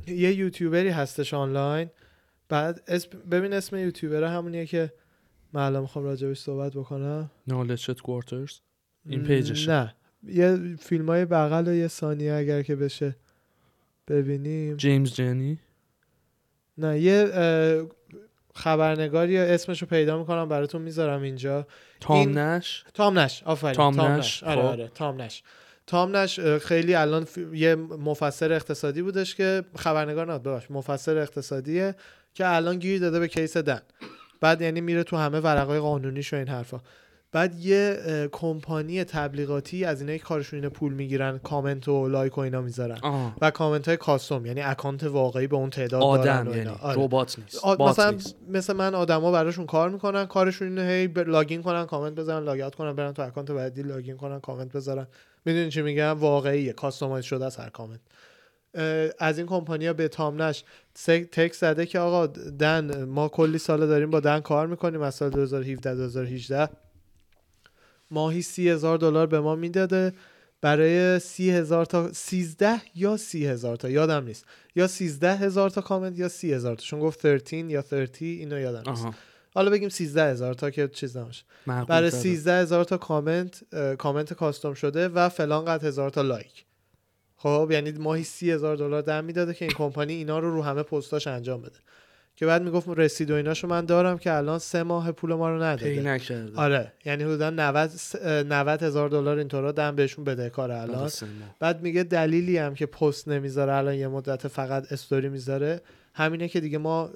B: اه، یه یوتیوبری هستش آنلاین بعد اسم ببین اسم یوتیوبر همونیه که من الان میخوام راجبش صحبت بکنم
A: نالچت کوارترز این پیجشه.
B: نه یه فیلم های بغل و یه ثانیه اگر که بشه ببینیم
A: جیمز جنی
B: نه یه اه، خبرنگاری اسمشو پیدا میکنم براتون میذارم اینجا این-
A: تام نش
B: تام نش آفرین
A: تام
B: تام,
A: نش،
B: نش, آره
A: خب.
B: آره تام نش تام نش اه، خیلی الان ف- یه مفسر اقتصادی بودش که خبرنگار نه ببخش مفسر اقتصادیه که الان گیر داده به کیس دن بعد یعنی میره تو همه ورقای قانونیش و این حرفا بعد یه اه، کمپانی تبلیغاتی از اینایی که کارشون اینه پول میگیرن کامنت و لایک و اینا میذارن
A: آه.
B: و کامنت های کاستوم یعنی اکانت واقعی به اون تعداد دارن
A: آدم
B: و اینا.
A: یعنی
B: آره.
A: ربات نیست
B: آ-
A: بات
B: مثلا
A: نیست
B: مثل من آدما براشون کار میکنن کارشون اینه هی ب- لاگین کنن کامنت بذارن لاگ اوت کنن برن تو اکانت بعدی لاگین کنن کامنت بذارن میدونین چی میگم واقعیه کاستومایز شده از هر کامنت اه، از این کمپانیا به تامنش تک زده که آقا دن ما کلی سال داریم با دن کار میکنیم از سال 2017 2018 ماهی سی هزار دلار به ما میداده برای سی هزار تا سیزده یا سی هزار تا یادم نیست یا سیزده هزار تا کامنت یا سی هزار تا چون گفت 13 یا 30 اینو یادم نیست
A: آها
B: حالا بگیم سیزده هزار تا که چیز نماشه
A: معقول
B: برای
A: تره.
B: 13 هزار تا کامنت اه، کامنت کاستوم شده و فلان قد هزار تا لایک خب یعنی ماهی سی هزار دلار در میداده که این کمپانی اینا رو رو همه پستاش انجام بده که بعد میگفت رسید و ایناشو من دارم که الان سه ماه پول ما رو
A: پی
B: نداده
A: نکرده
B: آره یعنی حدودا 90 س- اه، 90 هزار دلار اینطورا دم بهشون بدهکار الان
A: درسته ما.
B: بعد میگه دلیلی هم که پست نمیذاره الان یه مدت فقط استوری میذاره همینه که دیگه ما اه،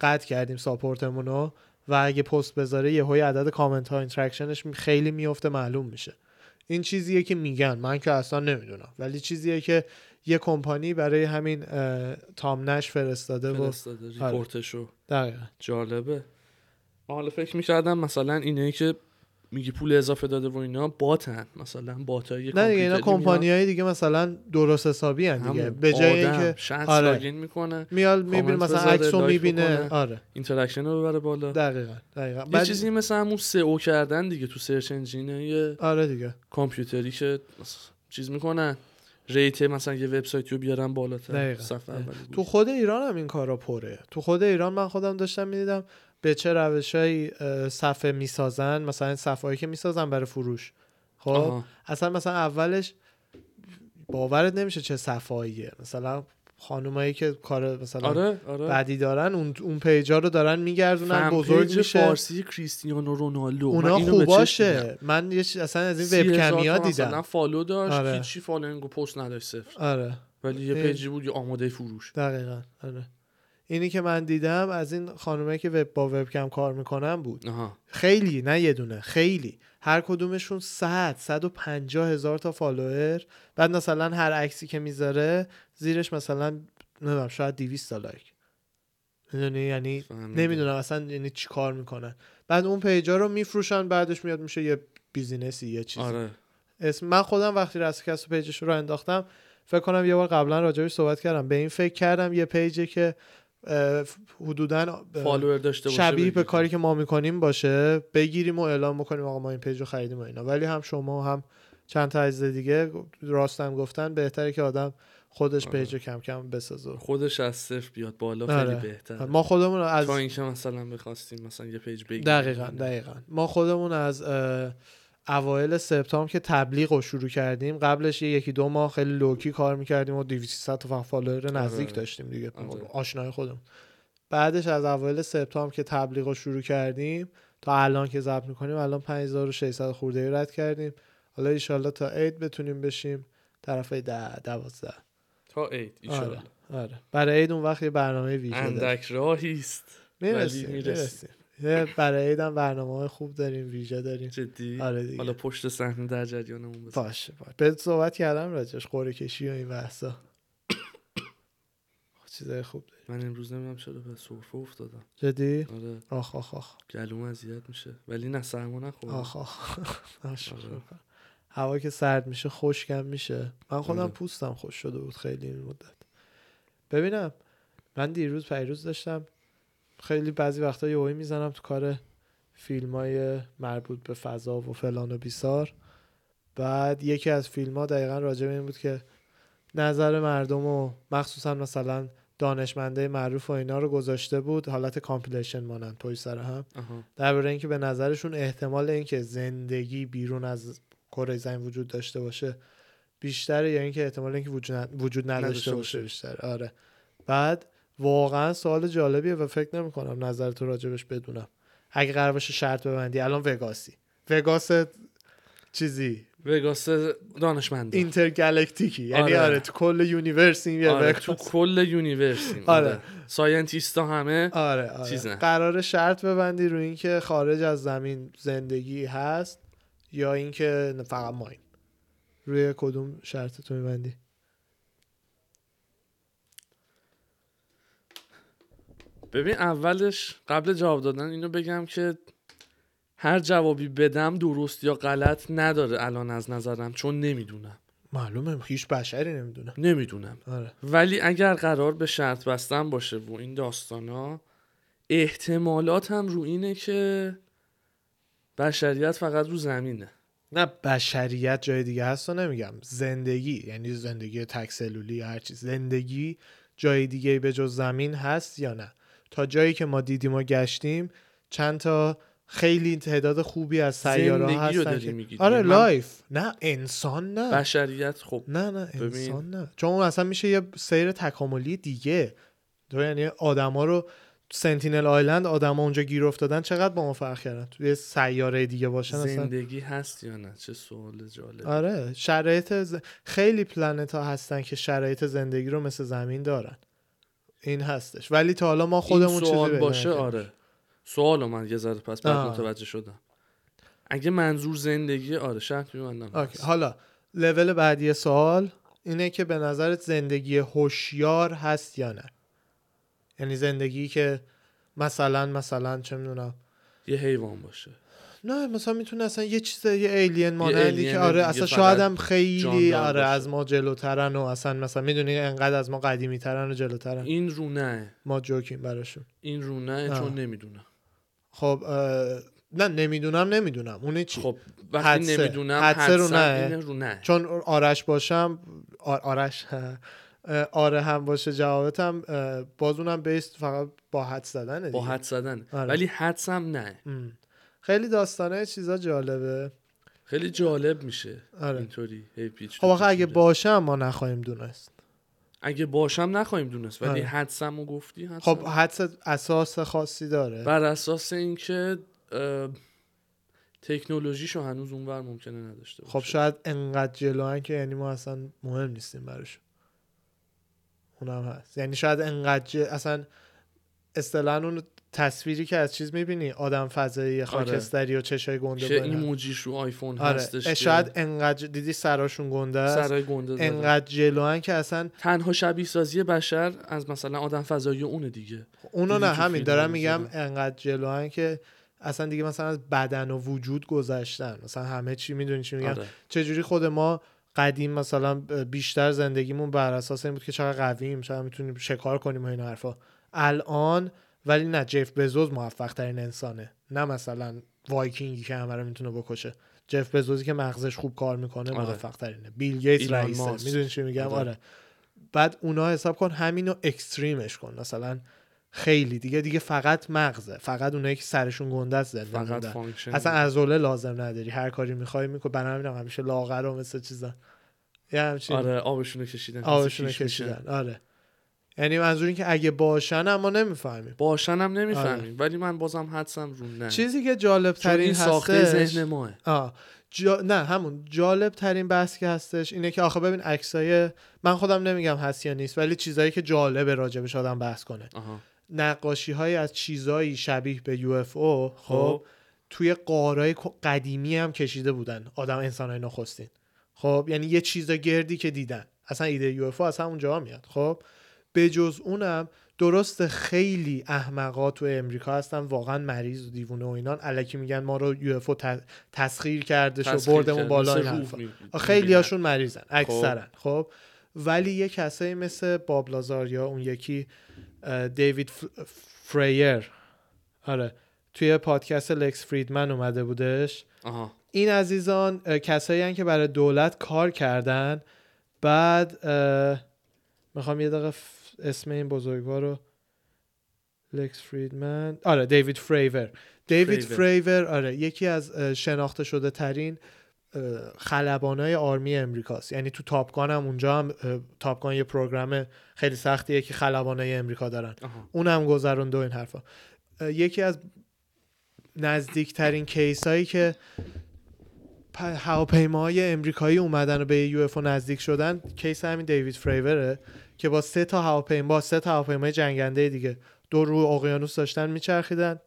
B: قطع کردیم ساپورتمون رو و اگه پست بذاره یه عدد کامنت ها اینتراکشنش می- خیلی میفته معلوم میشه این چیزیه که میگن من که اصلا نمیدونم ولی چیزیه که یه کمپانی برای همین اه، تامنش فرستاده و
A: فرستاده
B: آره.
A: ریپورتشو
B: دقیقا
A: جالبه من حالا فکر میکردم مثلا اینایی که میگی پول اضافه داده و اینا باتن مثلا باتای
B: نه دیگه اینا
A: کامپیوتری میان.
B: کمپانی های دیگه مثلا درست حسابی هن دیگه
A: همون
B: به جای
A: آدم،
B: اینکه
A: شخص
B: آره.
A: لاگین میکنه
B: میاد میبینه
A: کامنت
B: مثلا
A: بذاره،
B: عکس رو
A: لایک
B: میبینه
A: بکنه.
B: آره
A: اینتراکشن رو ببره بالا
B: دقیقا دقیقا
A: یه
B: بعد-
A: چیزی مثل همون سئو کردن دیگه تو سرچ انجین
B: آره دیگه
A: کامپیوتری که مثلا چیز میکنن ریت مثلا یه وبسایتی رو بیارن بالاتر
B: دقیقاً.
A: صفحه اولی بود.
B: تو خب، خود ایران هم این کارا پره تو خود ایران من خودم داشتم میدیدم به چه روشهایی اه، صفحه میسازن مثلا صفحه‌ای که میسازن برای فروش خب
A: آها.
B: اصلا مثلا اولش باورت نمیشه چه صفاییه مثلا خانومایی که کار مثلا
A: آره آره
B: بدی دارن اون اون پیجا رو دارن
A: فن
B: میگردونن بزرگ
A: پیج
B: میشه
A: فارسی کریستیانو رونالدو
B: اونا
A: من اینو به چشم دیدم.
B: خوباشه من یه چیز- اصلا از این
A: 30
B: وب
A: هزار
B: کمیا
A: تا مثلا
B: دیدم
A: فالو داشت
B: آره.
A: هیچی فالوینگ و پست نداشت صفر
B: آره
A: ولی یه
B: اه.
A: پیجی بود یه آماده فروش
B: دقیقا آره اینی که من دیدم از این خانومه که وب با وبکم کار میکنن بود
A: آها
B: خیلی نه یه دونه خیلی هر کدومشون 100 150 هزار تا فالوور بعد مثلا هر عکسی که میذاره زیرش مثلا نمیدونم شاید 200 تا لایک میدونی یعنی
A: فهمیدم.
B: نمیدونم اصلا یعنی چی کار میکنن بعد اون پیجا رو میفروشن بعدش میاد میشه یه بیزینسی یه چیزی
A: آره
B: اسم من خودم وقتی رسکست و پیجش رو انداختم فکر کنم یه بار قبلا راجعش صحبت کردم به این فکر کردم یه پیجه که اه، حدوداً اه،
A: فالوور داشته باشه
B: شبیه به
A: بگیر.
B: کاری که ما میکنیم باشه بگیریم و اعلام بکنیم آقا ما این پیج رو خریدیم و اینا ولی هم شما و هم چند تا عزیز دیگه راستم گفتن بهتره که آدم خودش
A: آره.
B: پیج رو کم کم بسازه
A: خودش از صفر بیاد بالا خیلی
B: آره.
A: بهتره
B: ما خودمون رو از
A: تا اینکه مثلا بخواستیم مثلا یه پیج بگیریم
B: دقیقا دقیقا ما خودمون از اه، اوایل سپتامبر که تبلیغ رو شروع کردیم قبلش یه یکی دو ماه خیلی لوکی کار میکردیم و 200 تا فالوور نزدیک
A: آره.
B: داشتیم دیگه
A: آره.
B: آشنای خودم بعدش از اوایل سپتامبر که تبلیغ رو شروع کردیم تا الان که ضبط میکنیم الان 5600 خورده ای رد کردیم حالا ایشالله تا عید بتونیم بشیم طرف ده دوازده
A: تا عید ایشالله.
B: آره. آره. برای عید اون وقت یه برنامه ویژه داریم.
A: اندک راهیست
B: میرسیم
A: ولی میرسیم.
B: میرسیم یه برای عیدم برنامه های خوب داریم ویژه داریم
A: جدی
B: آره دیگه
A: حالا پشت صحنه در جریانمون بذار
B: باشه باشه بهت صحبت کردم راجش قرعه کشی و این بحثا چیزای خوب داریم
A: من امروز نمیدونم چرا به سرفه افتادم
B: جدی
A: آره
B: آخ آخ آخ
A: گلوم اذیت میشه ولی نه سرما نخورد
B: آخ آخ نشو.
A: آره.
B: هوا که سرد میشه خشکم میشه من خودم
A: آره.
B: پوستم خوش شده بود خیلی این مدت ببینم من دیروز پیروز داشتم خیلی بعضی وقتا یهویی میزنم تو کار فیلم های مربوط به فضا و فلان و بیسار بعد یکی از فیلم ها دقیقا راجع به این بود که نظر مردم و مخصوصا مثلا دانشمنده معروف و اینا رو گذاشته بود حالت کامپلیشن مانند پای سر هم
A: آها
B: درباره اینکه به نظرشون احتمال اینکه زندگی بیرون از کره زمین وجود داشته باشه بیشتره یا اینکه احتمال اینکه وجود, ن- وجود نداشته
A: نداشته
B: باشه
A: باشه.
B: بیشتر آره بعد واقعا سوال جالبیه و فکر نمی کنم نظر تو راجبش بدونم اگه قرار باشه شرط ببندی الان وگاسی وگاس چیزی
A: وگاس دانشمنده
B: اینترگالکتیکی یعنی آره,
A: آره.
B: تو کل یونیورس این یه
A: آره
B: وگاس.
A: تو کل یونیورسیم
B: آره.
A: ساینتیستا همه
B: آره آره
A: چیز نه.
B: قرار شرط ببندی رو اینکه خارج از زمین زندگی هست یا اینکه فقط ماین روی کدوم شرط تو میبندی
A: ببین اولش قبل جواب دادن اینو بگم که هر جوابی بدم درست یا غلط نداره الان از نظرم چون نمیدونم
B: معلومه هیچ بشری نمیدونه
A: نمیدونم
B: آره
A: ولی اگر قرار به شرط بستن باشه و این داستانا احتمالات هم رو اینه که بشریت فقط رو زمینه
B: نه بشریت جای دیگه هست و نمیگم زندگی یعنی زندگی تکسلولی یا هر چیز زندگی جای دیگه به جز زمین هست یا نه تا جایی که ما دیدیم و گشتیم چند تا خیلی تعداد خوبی از سیاره
A: زندگی رو
B: ها هستن
A: داری
B: که-
A: میگی دیگه.
B: آره
A: من-
B: لایف نه انسان نه
A: بشریت خب
B: نه نه
A: ببین.
B: انسان نه چون اون اصلا میشه یه سیر تکاملی دیگه تو یعنی آدما رو سنتینل آیلند آدما اونجا گیر افتادن چقدر با ما فرق کردن توی سیاره دیگه باشن اصلا
A: زندگی هست یا نه چه سوال جالب
B: آره شرایط ز- خیلی پلنت ها هستن که شرایط زندگی رو مثل زمین دارن این هستش ولی تا حالا ما خودمون
A: این
B: چیزی
A: سوال
B: پیدا
A: باشه
B: نکردیم.
A: آره سوال من یه ذره پس بعد
B: آه.
A: متوجه شدم اگه منظور زندگی آره شرط میبندم
B: اوکی. حالا لول بعدی سوال اینه که به نظرت زندگی هوشیار هست یا نه یعنی زندگی که مثلا مثلا چه میدونم
A: یه حیوان باشه
B: نه مثلا میتونه اصلا یه چیز یه الین مانندی
A: alien
B: که آره
A: دیگه
B: اصلا
A: فقط
B: شاید هم
A: جاندار
B: خیلی آره
A: باشه.
B: از ما جلوترن و اصلا مثلا میدونی انقدر از ما قدیمی ترن و جلوترن
A: این رو نه
B: ما جوکیم براشون
A: این رو نه
B: آه.
A: چون نمیدونم
B: خب اه، نه نمیدونم نمیدونم اون چی
A: خب وقتی
B: حدسه.
A: نمیدونم
B: حدسه رو
A: حدسم
B: نه.
A: اینه رو نه
B: چون آرش باشم آر آرش اه، آره هم باشه جوابتم اه، باز اونم بیست فقط با حد زدنه
A: با
B: دیگه.
A: حد زدن
B: آره.
A: ولی حدسم نه
B: م. خیلی داستانه چیزا جالبه
A: خیلی جالب میشه
B: آره
A: اینطوری هی پیچ
B: خب
A: تو
B: آخه
A: پیچ
B: اگه
A: میره.
B: باشم ما نخواهیم دونست
A: اگه باشم نخواهیم دونست ولی
B: آره.
A: حدسم رو گفتی حدسم
B: خب حدس اساس خاصی داره
A: بر اساس اینکه اه، تکنولوژیشو هنوز اونور ممکنه نداشته باشه
B: خب شاید انقدر جلوان که یعنی ما اصلا مهم نیستیم براش اونم هست یعنی شاید انقدر ج- اصلا اصطلاحا اون تصویری که از چیز میبینی آدم فضایی خاکستری و چشای گنده
A: آره. چه
B: بلند.
A: ایموجیش رو آیفون
B: آره
A: هستش
B: اه،
A: که
B: شاید انقدر دیدی سراشون گنده است
A: سرای گنده داره.
B: انقدر جلوان که اصلا
A: تنها شبیه سازی بشر از مثلا آدم فضایی اونه دیگه
B: اونو
A: دیدی
B: نه
A: تو
B: همین
A: فیلم
B: دارم
A: رو
B: میگم
A: زدن.
B: انقدر جلوان که اصلا دیگه مثلا از بدن و وجود گذشتن مثلا همه چی میدونی چی میگم
A: آره.
B: چجوری خود ما قدیم مثلا بیشتر زندگیمون بر اساس این بود که چقدر قویم چقدر میتونیم شکار کنیم و این حرفا الان ولی نه جف بزوز موفق ترین انسانه نه مثلا وایکینگی که همه رو میتونه بکشه جف بزوزی که مغزش خوب کار میکنه
A: آره.
B: موفق ترینه بیل گیتس
A: ایلان
B: رئیسه
A: ماسک.
B: میدونی چی میگم
A: آره.
B: آره. بعد اونا حساب کن همینو اکستریمش کن مثلا خیلی دیگه دیگه فقط مغزه فقط اونایی که سرشون گنده است زنده
A: فقط
B: موندن.
A: فانکشن
B: اصلا عضله لازم نداری هر کاری میخوای میکنی برای همینم همیشه لاغر و مثل چیزا یه همچین
A: آره آبشونو کشیدن
B: آبشون
A: کیش میشه.
B: کشیدن آره یعنی منظور این که اگه باشن اما نمیفهمیم
A: باشن هم نمیفهمیم ولی من بازم حدسم رو نه
B: چیزی که جالب
A: چون
B: آره. ترین
A: این ساخته
B: هستش
A: ذهن ماه
B: آه. جا... نه همون جالب ترین بحث که هستش اینه که آخه ببین عکسای من خودم نمیگم هست یا نیست ولی چیزایی که جالبه راجبش آدم بحث کنه
A: آها
B: نقاشی های از چیزایی شبیه به یو اف او
A: خب.
B: خب توی قارای قدیمی هم کشیده بودن آدم انسان های نخستین خب یعنی یه چیزا گردی که دیدن اصلا ایده یو اف او از همون جا میاد خب به جز اونم درست خیلی احمقا تو امریکا هستن واقعا مریض و دیوونه و اینان الکی میگن ما رو یو اف او تسخیر کرده شو
A: تسخیر
B: بردمون
A: کرد.
B: بالا
A: مثل
B: این
A: روح
B: حرفا.
A: می-
B: خیلی
A: می‌بینن.
B: هاشون مریضن اکثرا خب ولی یه کسایی مثل باب لازار یا اون یکی اه، دیوید ف- فریر آره توی پادکست لکس فریدمن اومده بودش
A: آها
B: این عزیزان اه، کسایی هن که برای دولت کار کردن بعد اه، میخوام یه دقیقه ف- اسم این بزرگوار رو لکس فریدمن آره دیوید فریور دیوید
A: فریور.
B: فریور آره یکی از اه، شناخته شده ترین خلبانای آرمی امریکاست یعنی تو تاپگان هم اونجا هم اه، تاپگان یه پروگرام خیلی سختیه که خلبانای امریکا دارن
A: آها
B: اونم گذروند و این حرفا اه، یکی از نزدیکترین کیس هایی که پ- هواپیماهای امریکایی اومدن و به یو اف نزدیک شدن کیس همین دیوید فریوره که با سه تا هواپیما با سه تا هواپیمای جنگنده دیگه دو روی اقیانوس داشتن میچرخیدن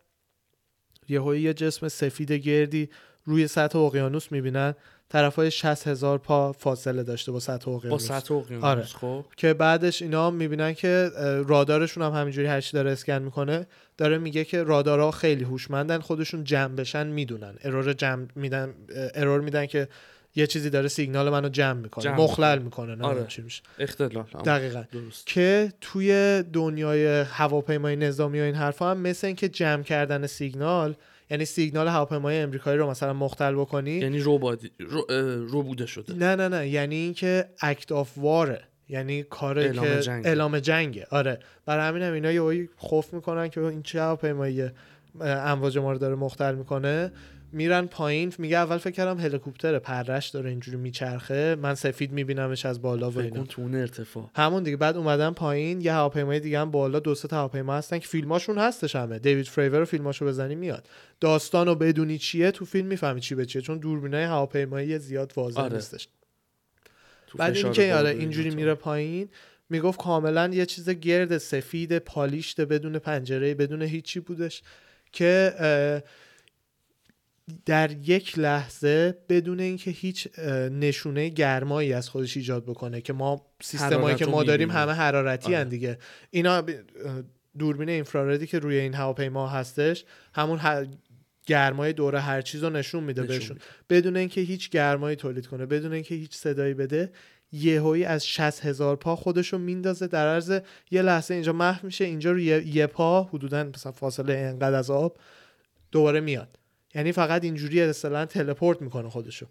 B: یهو یه جسم سفید گردی روی سطح اقیانوس میبینن طرف های 60 هزار پا فاصله داشته با سطح اقیانوس
A: با سطح اقیانوس
B: آره.
A: خب
B: که بعدش اینا میبینن که اه، رادارشون هم همینجوری هرچی داره اسکن میکنه داره میگه که رادارها خیلی هوشمندن خودشون جمع بشن میدونن ارور جمع میدن اه، ارور میدن که یه چیزی داره سیگنال منو جمع میکنه
A: جمع
B: مخلل میکنه نه
A: آره.
B: چی میشه
A: اختلال هم.
B: دقیقا
A: درست
B: که توی دنیای هواپیمای نظامی و این حرفا هم مثل اینکه جمع کردن سیگنال یعنی سیگنال هواپیمای امریکایی رو مثلا مختل بکنی
A: یعنی رو بادی رو, اه، رو بوده شده
B: نه نه نه یعنی اینکه اکت آف واره یعنی کار
A: اعلام
B: که
A: جنگه.
B: اعلام جنگه آره برای همین هم اینا یهو خوف میکنن که این چه هواپیمایی امواج ما رو داره مختل میکنه میرن پایین میگه اول فکر کردم هلیکوپتره پرش داره اینجوری میچرخه من سفید میبینمش از بالا و
A: فکر
B: اینا
A: کن تو اون ارتفاع
B: همون دیگه بعد اومدن پایین یه هواپیمای دیگه هم بالا دو سه تا هواپیما هستن که فیلماشون هستش همه دیوید فریور رو فیلماشو بزنی میاد داستانو بدونی چیه تو فیلم میفهمی چی به چیه چون دوربینای هواپیمایی زیاد واضح
A: آره.
B: نیستش
A: تو
B: بعد
A: فشار
B: اینکه آره
A: بالا و اینا
B: اینجوری
A: تو.
B: میره پایین میگفت کاملا یه چیز گرد سفید پالیشت بدون پنجره بدون هیچی بودش که اه، در یک لحظه بدون اینکه هیچ اه، نشونه گرمایی از خودش ایجاد بکنه که ما سیستمایی
A: حرارت
B: که
A: رو
B: ما داریم
A: می‌بینیم.
B: همه حرارتی
A: آره.
B: هن دیگه اینا ب- اه، دوربین اینفراردی که روی این هواپیما هستش همون ه- گرمای دوره هر چیز رو نشون میده
A: نشون
B: بهشون بدون اینکه هیچ گرمایی تولید کنه بدون اینکه هیچ صدایی بده یهویی از 60 هزار پا خودش رو میندازه در عرض یه لحظه اینجا محو میشه اینجا رو یه, یه پا حدودا مثلا فاصله انقدر از آب دوباره میاد یعنی فقط اینجوری اصلا تلپورت میکنه خودشو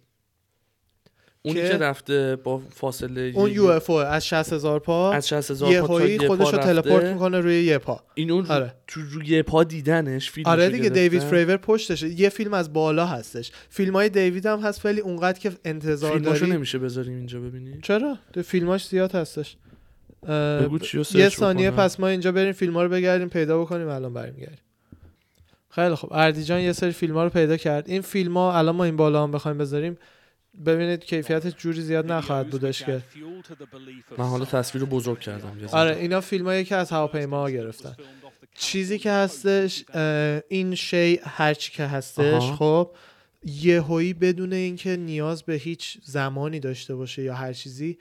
A: اونی
B: که-
A: که رفته با فاصله
B: اون
A: یه-
B: یو اف از 60 هزار پا
A: از 60000 پا تا
B: یهویی
A: یه پا
B: خودش رو
A: رفته.
B: تلپورت میکنه روی یه پا
A: اینو رو-
B: آره.
A: تو روی یه پا دیدنش فیلم
B: آره دیگه دیوید فریور پشتشه یه فیلم از بالا هستش فیلم های دیوید هم هست ولی اونقدر که انتظار
A: فیلماشو
B: داری
A: نمیشه بذاریم اینجا ببینی
B: چرا ده فیلماش زیاد هستش اه،
A: بگو چی رو
B: یه
A: سرچ
B: ثانیه
A: بکنم.
B: پس ما اینجا بریم فیلم رو بگردیم پیدا بکنیم الان برمیگردیم خیلی خب اردی جان یه سری فیلم رو پیدا کرد این فیلم ها الان ما این بالا هم بخوایم بذاریم ببینید کیفیتش جوری زیاد نخواهد بودش که
A: من حالا تصویر رو بزرگ کردم یه ذره.
B: آره اینا فیلم که از هواپیما ها گرفتن چیزی که هستش این شی هرچی که هستش
A: آها.
B: خب یهویی بدون اینکه نیاز به هیچ زمانی داشته باشه یا هر چیزی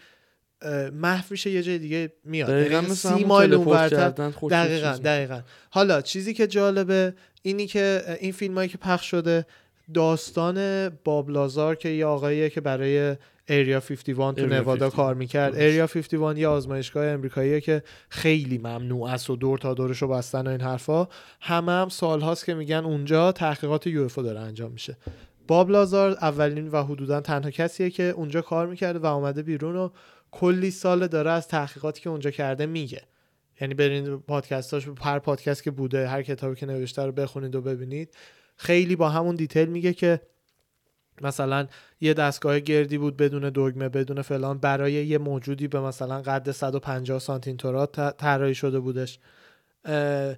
B: اه، محو میشه یه جای دیگه میاد
A: دقیقا
B: یعنی
A: مثل
B: سی
A: همون
B: مایل
A: تلپورت
B: اونورتر
A: کردن، خودش
B: دقیقا
A: چیز.
B: دقیقا حالا چیزی که جالبه اینی که این فیلم که پخش شده داستان باب لازار که یه آقاییه که برای ایریا 51 تو
A: Area
B: نوادا
A: 51.
B: کار میکرد
A: درست.
B: ایریا 51 یه آزمایشگاه امریکاییه که خیلی ممنوع است و دور تا دورش رو بستن و این حرفا همه هم سالهاست که میگن اونجا تحقیقات یو داره انجام میشه باب لازار اولین و حدودا تنها کسیه که اونجا کار میکرده و اومده بیرون و کلی سال داره از تحقیقاتی که اونجا کرده میگه یعنی برین پادکستاش هر پادکست که بوده هر کتابی که نوشته رو بخونید و ببینید خیلی با همون دیتیل میگه که مثلا یه دستگاه گردی بود بدون دگمه بدون فلان برای یه موجودی به مثلا قد 150 سانتیمترات ت- طراحی شده بودش اه،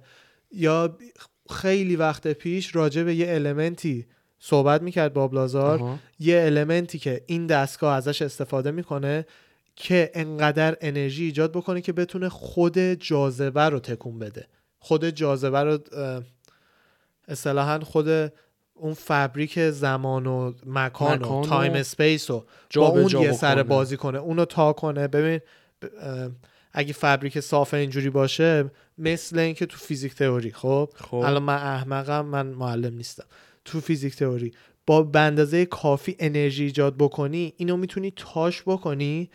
B: یا بی- خیلی وقت پیش راجع به یه المنتی صحبت میکرد باب لازار
A: آها.
B: یه المنتی که این دستگاه ازش استفاده میکنه که انقدر انرژی ایجاد بکنه که بتونه خود جاذبه رو تکون بده خود جاذبه رو اه، اصطلاحا خود اون فبریک زمان و مکان,
A: مکان
B: و
A: و
B: تایم اسپیس رو
A: جا
B: با
A: به
B: اون
A: جا
B: یه سر
A: بکنه.
B: بازی کنه اونو تا کنه ببین ب- اه، اگه فبریک صاف اینجوری باشه مثل اینکه تو فیزیک تئوری خب
A: خب.
B: الان من احمقم من معلم نیستم تو فیزیک تئوری با به اندازه کافی انرژی ایجاد بکنی اینو میتونی تاش بکنی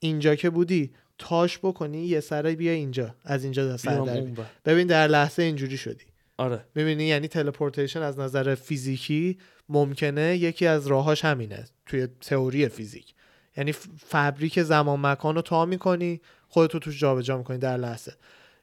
B: اینجا که بودی تاش بکنی یه سره بیا اینجا از اینجا در سر
A: بیام
B: در
A: اون
B: بیار.
A: ور.
B: ببین در لحظه اینجوری شدی
A: آره
B: میبینی یعنی تلپورتیشن از نظر فیزیکی ممکنه یکی از راهاش همینه توی تئوری فیزیک یعنی ف- فبریک زمان مکان رو تا میکنی خودتو توش جابجا میکنی در لحظه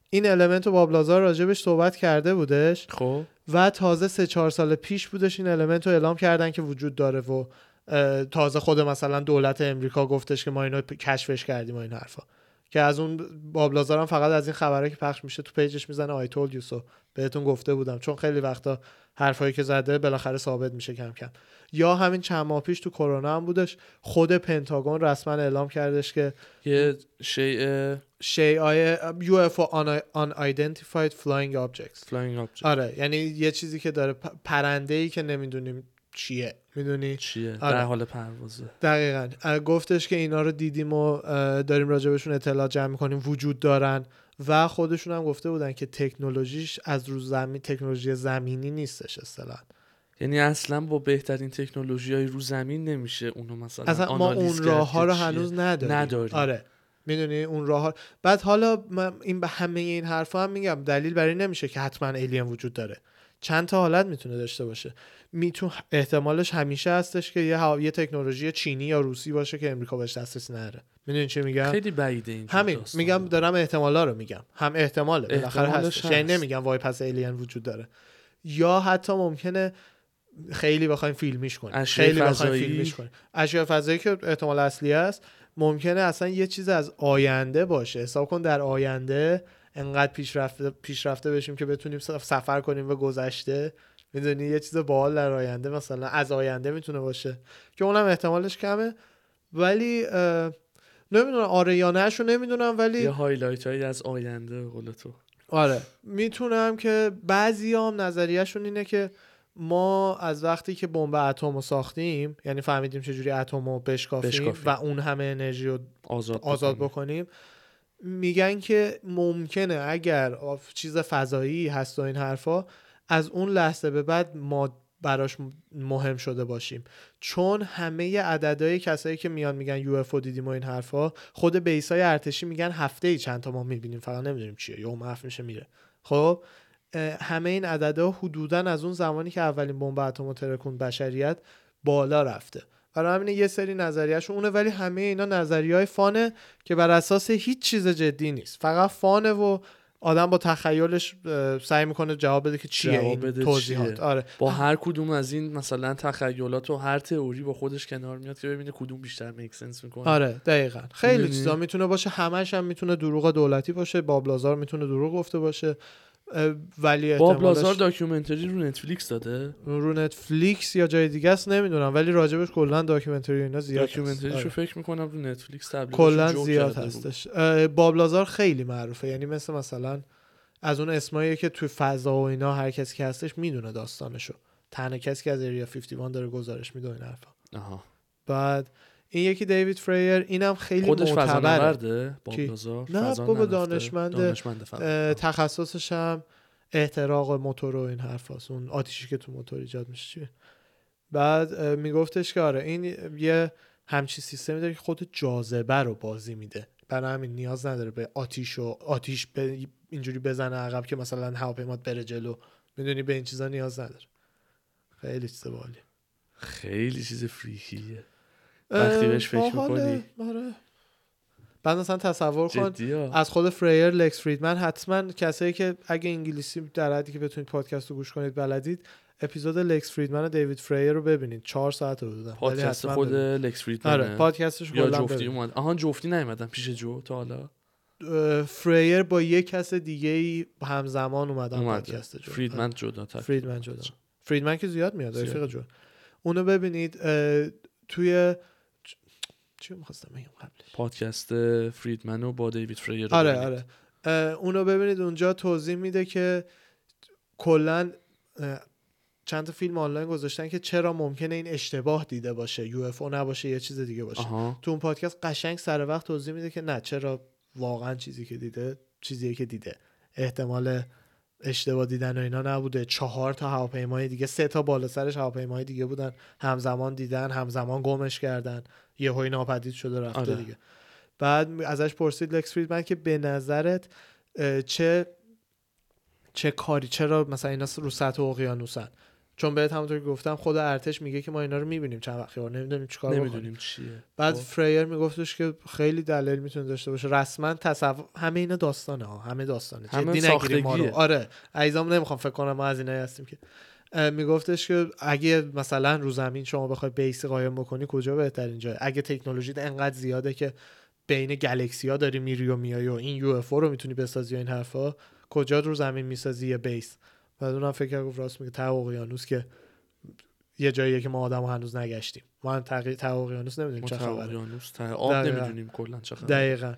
B: این المنت رو باب لازار راجبش صحبت کرده بودش
A: خب
B: و تازه سه چهار سال پیش بودش این المنت رو اعلام کردن که وجود داره و اه، تازه خود مثلا دولت امریکا گفتش که ما اینو پ- کشفش کردیم و این حرفا که از اون باب لازار هم فقط از این خبره که پخش میشه تو پیجش میزنه آی تولد یوسو بهتون گفته بودم چون خیلی وقتا حرفایی که زده بالاخره ثابت میشه کم کم یا همین چند ماه پیش تو کرونا هم بودش خود پنتاگون رسما اعلام کردش که
A: یه شیء
B: شیعه UFO unidentified flying objects
A: فلاینگ آبجکت
B: آره یعنی یه چیزی که داره پرنده ای که نمیدونیم چیه میدونی
A: چیه
B: آره.
A: در حال پروازه
B: دقیقا اه، گفتش که اینا رو دیدیم و اه، داریم راجبشون اطلاع جمع میکنیم وجود دارن و خودشون هم گفته بودن که تکنولوژیش از روز زمین تکنولوژی زمینی نیستش اصلا
A: یعنی اصلا با بهترین تکنولوژی های رو زمین نمیشه اونو مثلا
B: اصلا ما
A: آنالیز
B: اون
A: کرد
B: راه ها
A: که
B: رو
A: چیه.
B: هنوز نداریم
A: نداریم.
B: آره میدونی اون راه ها... بعد حالا من این به همه این حرفا هم میگم دلیل برای این نمیشه که حتما الین وجود داره چند تا حالت میتونه داشته باشه میتون احتمالش همیشه هستش که یه, ها... یه تکنولوژی چینی یا روسی باشه که امریکا بهش دسترسی نداره میدونی چی میگم
A: خیلی بعیده این
B: همین میگم دارم احتمالا رو میگم هم احتماله بالاخره
A: احتمالش
B: هستش یعنی
A: هست.
B: نمیگم وای پس الین وجود داره یا حتی ممکنه خیلی بخوایم فیلمیش کنیم
A: اشیاء
B: خیلی بخوایم
A: فضایی.
B: فیلمیش کنیم اشیاء فضایی که احتمال اصلی است ممکنه اصلا یه چیز از آینده باشه حساب کن در آینده انقدر پیشرفته پیشرفته بشیم که بتونیم سف- سفر کنیم به گذشته میدونی یه چیز باحال در آینده مثلا از آینده میتونه باشه که اونم احتمالش کمه ولی نمیدونم آره یا نهش رو نمیدونم ولی
A: یه هایلایت هایی از آینده به قول تو
B: آره میتونم که بعضی هم نظریهشون اینه که ما از وقتی که بمب اتم رو ساختیم یعنی فهمیدیم چجوری اتم رو بشکافیم,
A: بشکافیم.
B: و اون همه انرژی رو
A: آزاد
B: آزاد
A: بکنیم.
B: بکنیم میگن که ممکنه اگر آف- چیز فضایی هست و این حرفا از اون لحظه به بعد ما براش مهم شده باشیم چون همه عددهای کسایی که میان میگن یو اف دیدیم و این حرفا خود بیس های ارتشی میگن هفته ای چند تا ما میبینیم فقط نمیدونیم چیه یهو محو میشه میره خب اه، همه این عددها حدودا از اون زمانی که اولین بمب اتم رو ترکوند بشریت بالا رفته برای همین یه سری نظریهشون اونه ولی همه اینا نظریه های فانه که بر اساس هیچ چیز جدی نیست فقط فانه و آدم با تخیلش اه، سعی میکنه جواب بده که چیه
A: جواب
B: این
A: بده
B: توضیحات
A: چیه؟
B: آره
A: با هر کدوم از این مثلا تخیلات و هر تئوری با خودش کنار میاد که ببینه کدوم بیشتر میک سنس میکنه
B: آره دقیقا خیلی
A: می‌دونی؟
B: چیزا میتونه باشه همش هم میتونه دروغ دولتی باشه باب لازار میتونه دروغ گفته باشه اه، ولی
A: باب
B: احتمالش
A: لازار داکیومنتری رو نتفلیکس داده
B: رو نتفلیکس یا جای دیگه است نمیدونم ولی راجبش کلا داکیومنتری و اینا زیاد هست.
A: داکیومنتریشو
B: آره.
A: فکر میکنم رو نتفلیکس تبلیغش
B: کلا زیاد هستش اه، باب لازار خیلی معروفه یعنی مثل مثلا از اون اسمایی که تو فضا و اینا هر کسی که هستش میدونه داستانشو تنها کسی که از اریا 51 داره گزارش میده این حرفا
A: آها
B: بعد این یکی دیوید فریر اینم خیلی
A: خودش
B: معتبره
A: فضانورده
B: کی؟
A: بامبلازار
B: نه،
A: فضا
B: بابا
A: نرفته.
B: دانشمنده.
A: دانشمند
B: اه،
A: فضا
B: تخصصش هم احتراق موتور و این حرف هست. اون آتیشی که تو موتور ایجاد میشه چیه بعد اه، میگفتش که آره این یه همچی سیستمی داره که خود جاذبه رو بازی میده برای همین نیاز نداره به آتیش و آتیش به اینجوری بزنه عقب که مثلا هواپیمات بره جلو میدونی به این چیزا نیاز نداره خیلی چیز باحالی
A: خیلی چیز فریکیه وقتی بهش فکر
B: اه، باحاله. آره. بعد مثلا تصور کن
A: جدی ها
B: از خود آره، فریر لکس فریدمن حتما کسایی که اگه انگلیسی در حدی که بتونید پادکست رو گوش کنید بلدید اپیزود لکس فریدمن و دیوید فریر رو ببینید چهار ساعت رو دادم ولی
A: پادکست
B: حتما
A: خود
B: ببینید.
A: لکس
B: آره
A: فریدمنه
B: پادکستش
A: یا
B: کلا
A: جفتی
B: ببینید.
A: اومد آها جفتی نیومدن پیش جو تا حالا
B: اه، فریر با یه کس دیگه ای همزمان اومدن
A: اومده
B: پادکست جو.
A: فریدمن جدا
B: آره.
A: تک
B: فریدمن جدا فریدمن که زیاد میاد
A: زیاد.
B: رفیق جو اونو ببینید اه، توی چ- چی می‌خواستم بگم قبلش
A: پادکست فریدمن و با دیوید فریر رو
B: آره
A: ببینید.
B: آره اه، اونو ببینید اونجا توضیح میده که کلا اه، چند تا فیلم آنلاین گذاشتن که چرا ممکنه این اشتباه دیده باشه یو اف او نباشه یه چیز دیگه باشه
A: آها
B: تو اون پادکست قشنگ سر وقت توضیح میده که نه چرا واقعا چیزی که دیده چیزیه که دیده احتمال اشتباه دیدن و اینا نبوده چهار تا هواپیمای دیگه سه تا بالا سرش هواپیمای دیگه بودن همزمان دیدن همزمان گمش کردن یهوی ناپدید شده رفته
A: آره.
B: دیگه بعد می- ازش پرسید لکس فریدمن که به نظرت اه، چه چه کاری چرا مثلا اینا رو سطح اقیانوسن چون بهت همونطور که گفتم خود ارتش میگه که ما اینا رو میبینیم چند وقتی نمیدونیم چیکار بکنیم
A: نمیدونیم چیه
B: بعد
A: خب.
B: فریر میگفتش که خیلی دلیل میتونه داشته باشه رسما تصور همه اینا داستانه ها همه داستانه
A: همه
B: جدی نگیریم ما رو
A: ساختگیه.
B: آره عیزام نمیخوام فکر کنم ما از اینایی هستیم که اه، میگفتش که اگه مثلا رو زمین شما بخوای بیس قایم بکنی کجا بهترین جای اگه تکنولوژیت انقدر زیاده که بین گلکسی ها داری میری و میای و این یو اف رو میتونی بسازی و این حرفا کجا رو زمین میسازی یه بیس بعد اونم فکر کرد گفت راست میگه ته اقیانوس که یه جاییه که ما آدم هنوز نگشتیم ما هم تقی- ته اقیانوس نمیدونیم
A: ما
B: چه
A: ته
B: خبره
A: اقیانوس، ته آب
B: دقیقاً.
A: نمیدونیم کلا چه خبره
B: دقیقا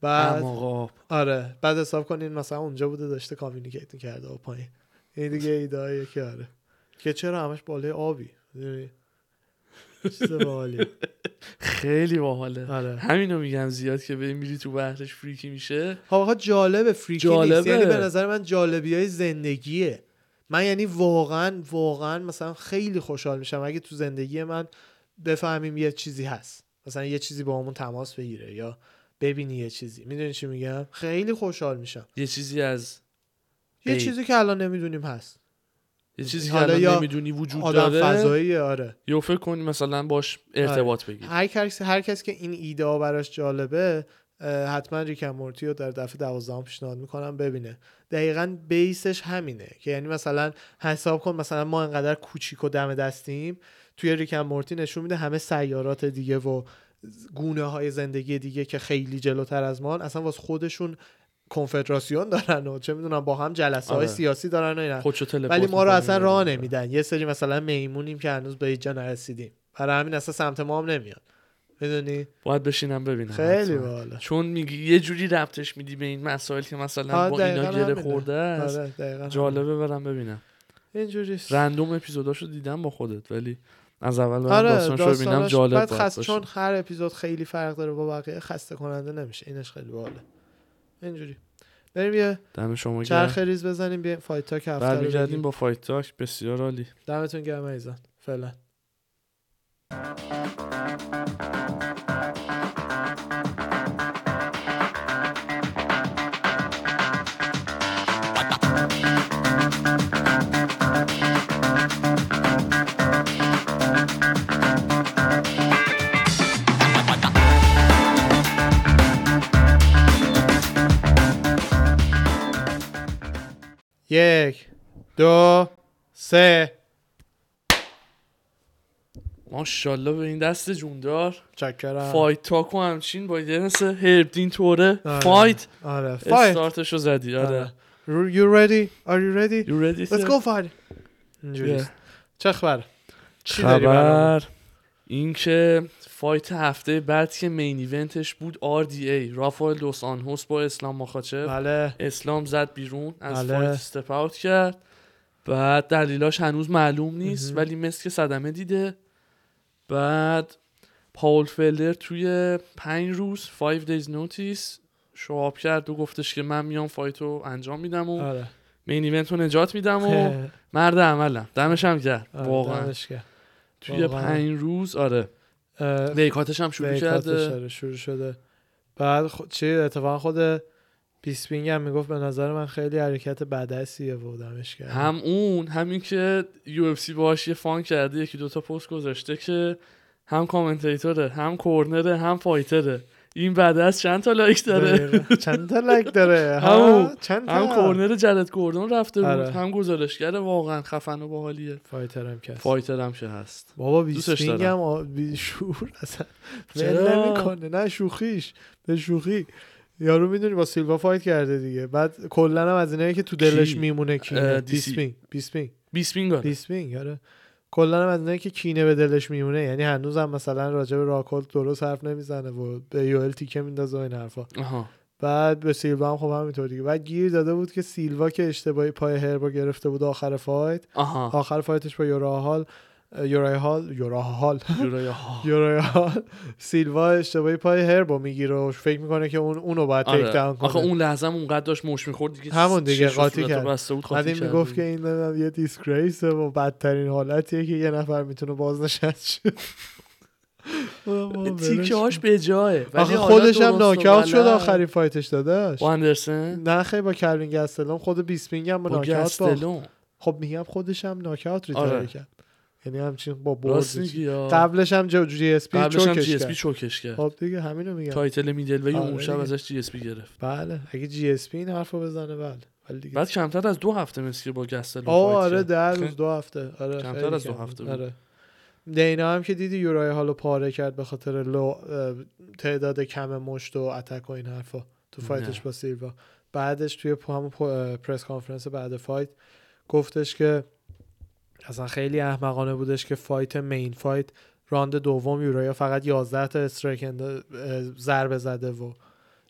B: بعد
A: اما آب
B: آره بعد حساب کنین مثلا اونجا بوده داشته کامیونیکیت میکرده و پایین این دیگه ایدهاییه که آره که چرا همش بالای آبی می‌دونی؟ چیز باحالیه.
A: خیلی باحاله
B: آره
A: همینو میگم زیاد که به میری تو بحرش فریکی میشه
B: خب آقا جالبه فریکی نیست
A: جالبه.
B: یعنی به نظر من جالبی های زندگیه من یعنی واقعا واقعا مثلا خیلی خوشحال میشم اگه تو زندگی من بفهمیم یه چیزی هست مثلا یه چیزی با همون تماس بگیره یا ببینی یه چیزی میدونی چی میگم خیلی خوشحال میشم
A: یه چیزی از
B: یه
A: ای.
B: چیزی که الان نمیدونیم هست
A: یه چیزی که
B: حالا
A: الان
B: یا
A: نمیدونی وجود
B: آدم
A: داره
B: فضایی آره
A: یا فکر کنی مثلا باش ارتباط بگیری
B: هر کس هر کس که این ایده ها براش جالبه اه، حتما ریکن مورتی رو در دفعه دوازدهم پیشنهاد میکنم ببینه دقیقا بیسش همینه که یعنی مثلا حساب کن مثلا ما انقدر کوچیک و دم دستیم توی ریکن مورتی نشون میده همه سیارات دیگه و گونه های زندگی دیگه که خیلی جلوتر از ما اصلا واسه خودشون کنفدراسیون دارن و چه میدونم با هم جلسه های
A: آره.
B: سیاسی دارن و اینا
A: خودشو تلپورت
B: ولی ما رو
A: می‌کنی.
B: اصلا راه نمیدن یه سری مثلا میمونیم که هنوز به هیچ جا نرسیدیم برای همین اصلا سمت ما هم نمیاد میدونی
A: باید بشینم ببینم
B: خیلی
A: حتما.
B: بالا
A: چون میگی یه جوری ربطش میدی به این مسائل که مثلا
B: آه،
A: با اینا
B: دقیقاً
A: گره
B: همینه.
A: خورده است
B: آره دقیقاً
A: جالبه برم ببینم
B: اینجوریست
A: رندوم اپیزوداشو دیدم با خودت ولی از اول برم
B: آره
A: داستانشو ببینم
B: داستانش
A: جالب
B: بعد
A: باید
B: خست...
A: باشه.
B: چون هر اپیزود خیلی فرق داره با بقیه خسته کننده نمیشه اینش خیلی بالا اینجوری بریم یه
A: دم شما
B: چرخ
A: گرم
B: ریز بزنیم بیایم فایت تاک هفته رو
A: برمیگردیم
B: بگیم.
A: با فایت تاک بسیار عالی
B: دمتون گرم ایزان فعلا یک دو سه
A: ماشاءالله به این دست جوندار
B: چکرم
A: فایت تاک و همچین با یه نسه هربدین توره
B: آره.
A: فایت
B: آره فایت
A: استارتشو زدی آره
B: آره. Are you ready? Are you ready?
A: You ready,
B: Let's
A: sir?
B: go fight. اینجوریست.
A: Yeah.
B: چه خبر؟ چی داری برامون؟
A: خبر اینکه فایت هفته بعد که مین ایونتش بود RDA رافائل دوس آنهوس با اسلام مخاچف
B: بله
A: اسلام زد بیرون از
B: بله.
A: فایت استپ آوت کرد بعد دلیلاش هنوز معلوم نیست
B: مهم.
A: ولی مثل که صدمه دیده بعد پاول فلدر توی پنج روز 5 دیز نوتیس شواب کرد و گفتش که من میام فایت رو انجام میدم و
B: آره
A: مین ایونت رو نجات میدم و مرد عملم دمش هم کرد
B: آره،
A: واقعا
B: دمش گرم.
A: توی
B: واقعا.
A: پنج روز آره
B: اه،
A: ویکاتش هم شروع
B: ویکاتش،
A: کرده
B: آره، شروع شده بعد خ... چی اتفاقا خود بیسپینگ هم میگفت به نظر من خیلی حرکت بدسیه و دمش کرد
A: هم اون همین که یو اف سی باهاش یه فان کرده یکی دوتا پست گذاشته که هم کامنتیتوره هم کورنره هم فایتره این بعد از چند تا لایک داره
B: دقیقا. چند تا لایک داره
A: همون.
B: ها چند تا
A: هم کورنر جرد گوردون رفته بود
B: آره.
A: هم گزارشگر واقعا خفن و باحالیه
B: فایتر هم کس
A: فایتر هم که هست
B: بابا
A: دوستش
B: بیسپینگ
A: دارم.
B: هم آ- بی شعور اصلا ول
A: چرا؟
B: نمیکنه نه شوخیش به شوخی یارو میدونی با سیلوا فایت کرده دیگه بعد کلا هم از اینایی که تو دلش
A: کی؟
B: میمونه
A: اه،
B: کینه
A: دی سی.
B: بیسپینگ بیسپینگ
A: بیسپینگ
B: بیسپینگ آره کلا هم از اینایی که کینه به دلش میمونه یعنی هنوز هم مثلا راجع به راکولت درست حرف نمیزنه و به یوئل تیکه میندازه و این حرفا
A: آها
B: بعد به سیلوا هم خب همینطور دیگه بعد گیر داده بود که سیلوا که اشتباهی پای هربا گرفته بود آخر فایت
A: آها
B: آخر فایتش با یورا هال یورا هال یورا هال
A: جورایی ها.
B: یورا هال سیلوا اشتباهی پای هربو میگیره و فکر میکنه که اون اونو باید تیک
A: آره.
B: داون
A: آخه
B: کنه
A: اون لحظه هم اونقدر داشت مش میخورد دیگه
B: همون دیگه،
A: چشش
B: قاطی
A: صورت رو
B: کرد.
A: بسته بود قاطی
B: بعد این
A: کرد
B: میگفت که این نمیدونم یه دیسگریس و بدترین حالتیه که یه نفر میتونه بازنشست شه
A: تیکه هاش به جایه ولی
B: آخه
A: حالا
B: خودش هم
A: درست بله. و
B: ناکاوت شد
A: غلط.
B: آخرین فایتش داداش
A: با اندرسن
B: نه خیلی با کلوین گستلون خود بیسپینگ هم با
A: با
B: ناکاوت باخت
A: گستلون
B: خب میگم خودش هم ناکاوت ریتاری
A: آره.
B: کرد یعنی همچین با
A: راست
B: برد
A: میگی یا.
B: قبلش هم جو جی اس پی
A: قبلش هم
B: چوکش
A: جی اس
B: کرد
A: پی چوکش کرد
B: خب دیگه همینو میگم
A: تایتل میدل و
B: آره
A: اون شب
B: دیگه.
A: ازش جی اس پی گرفت
B: بله اگه جی اس پی این حرفو بزنه بله ولی دیگه
A: بعد کمتر از دو هفته مثل که با گستلون
B: آه
A: فایت
B: آره
A: کرد.
B: در
A: خیلی-
B: روز دو هفته آره
A: کمتر
B: خیلی
A: از دو
B: کم.
A: هفته بود.
B: آره دینا هم که دیدی یورای حالو پاره کرد به خاطر لو اه، تعداد کم مشت و اتک و این حرفا تو فایتش
A: نه.
B: با سیلوا بعدش توی پ- همون پ- اه، پرس کانفرنس بعد فایت گفتش که اصلا خیلی احمقانه بودش که فایت مین فایت راند دوم یورایا فقط 11 تا استرایک اند- اه، ضربه زده و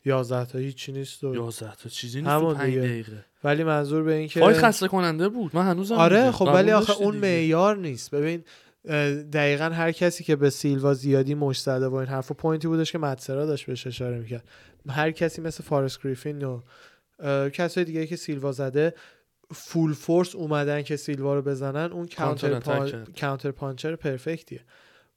B: 11 تا هیچی نیست و
A: یازده تا چیزی نیست تو
B: همون
A: پنج
B: دیگه.
A: دقیقه
B: ولی منظور به این که
A: فایت خب، خسته کننده بود من هنوزم
B: آره
A: دیدم.
B: خب
A: قبول
B: ولی آخه
A: داشتی
B: اون
A: دیگه.
B: معیار نیست ببین اه، دقیقا هر کسی که به سیلوا زیادی مش زده و این حرفا پوینتی بودش که مدسرا داشت بهش اشاره میکرد هر کسی مثل فارس گریفین و اه، کسای دیگه که سیلوا زده فول فورس اومدن که سیلوا رو بزنن اون کانتر,
A: کانتر اتک
B: پان...
A: کرد.
B: کانتر پانچر پرفکتیه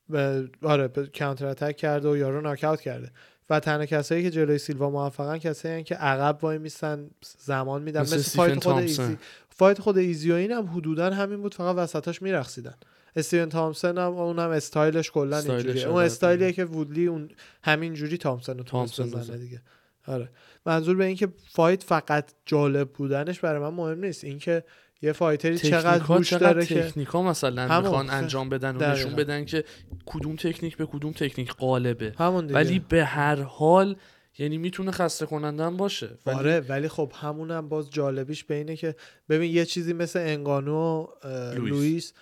B: و آره ب- کانتر اتک کرده و یارو ناکاوت کرده و تنها کسایی که جلوی سیلوا موفقن کسایی هن که عقب وای میسن زمان میدن
A: مثل
B: مثل, فایت
A: استیفن
B: خود
A: تامپسون.
B: ایزی فایت خود ایزی و این هم حدودا همین بود فقط وسطاش میرقصیدن استیون تامسون هم اون هم استایلش کلا
A: استایلش
B: اینجوریه
A: آره.
B: اون استایلیه که وودلی اون همین جوری تامسون رو تونست
A: تامسون
B: بزنه
A: بزن.
B: دیگه آره منظور به این که فایت فقط جالب بودنش برای من مهم نیست اینکه یه فایتری چقدر
A: تکنیک‌ها
B: هوش
A: چقدر
B: داره که
A: تکنیکا مثلا
B: همون.
A: میخوان انجام بدن و
B: دقیقاً.
A: نشون بدن که کدوم تکنیک به کدوم تکنیک غالبه
B: همون دیگه
A: ولی به هر حال یعنی میتونه خسته کننده هم باشه ولی
B: آره ولی خب همونم باز جالبیش به اینه که ببین یه چیزی مثل انگانو و اه،
A: لوئیس.
B: لوئیس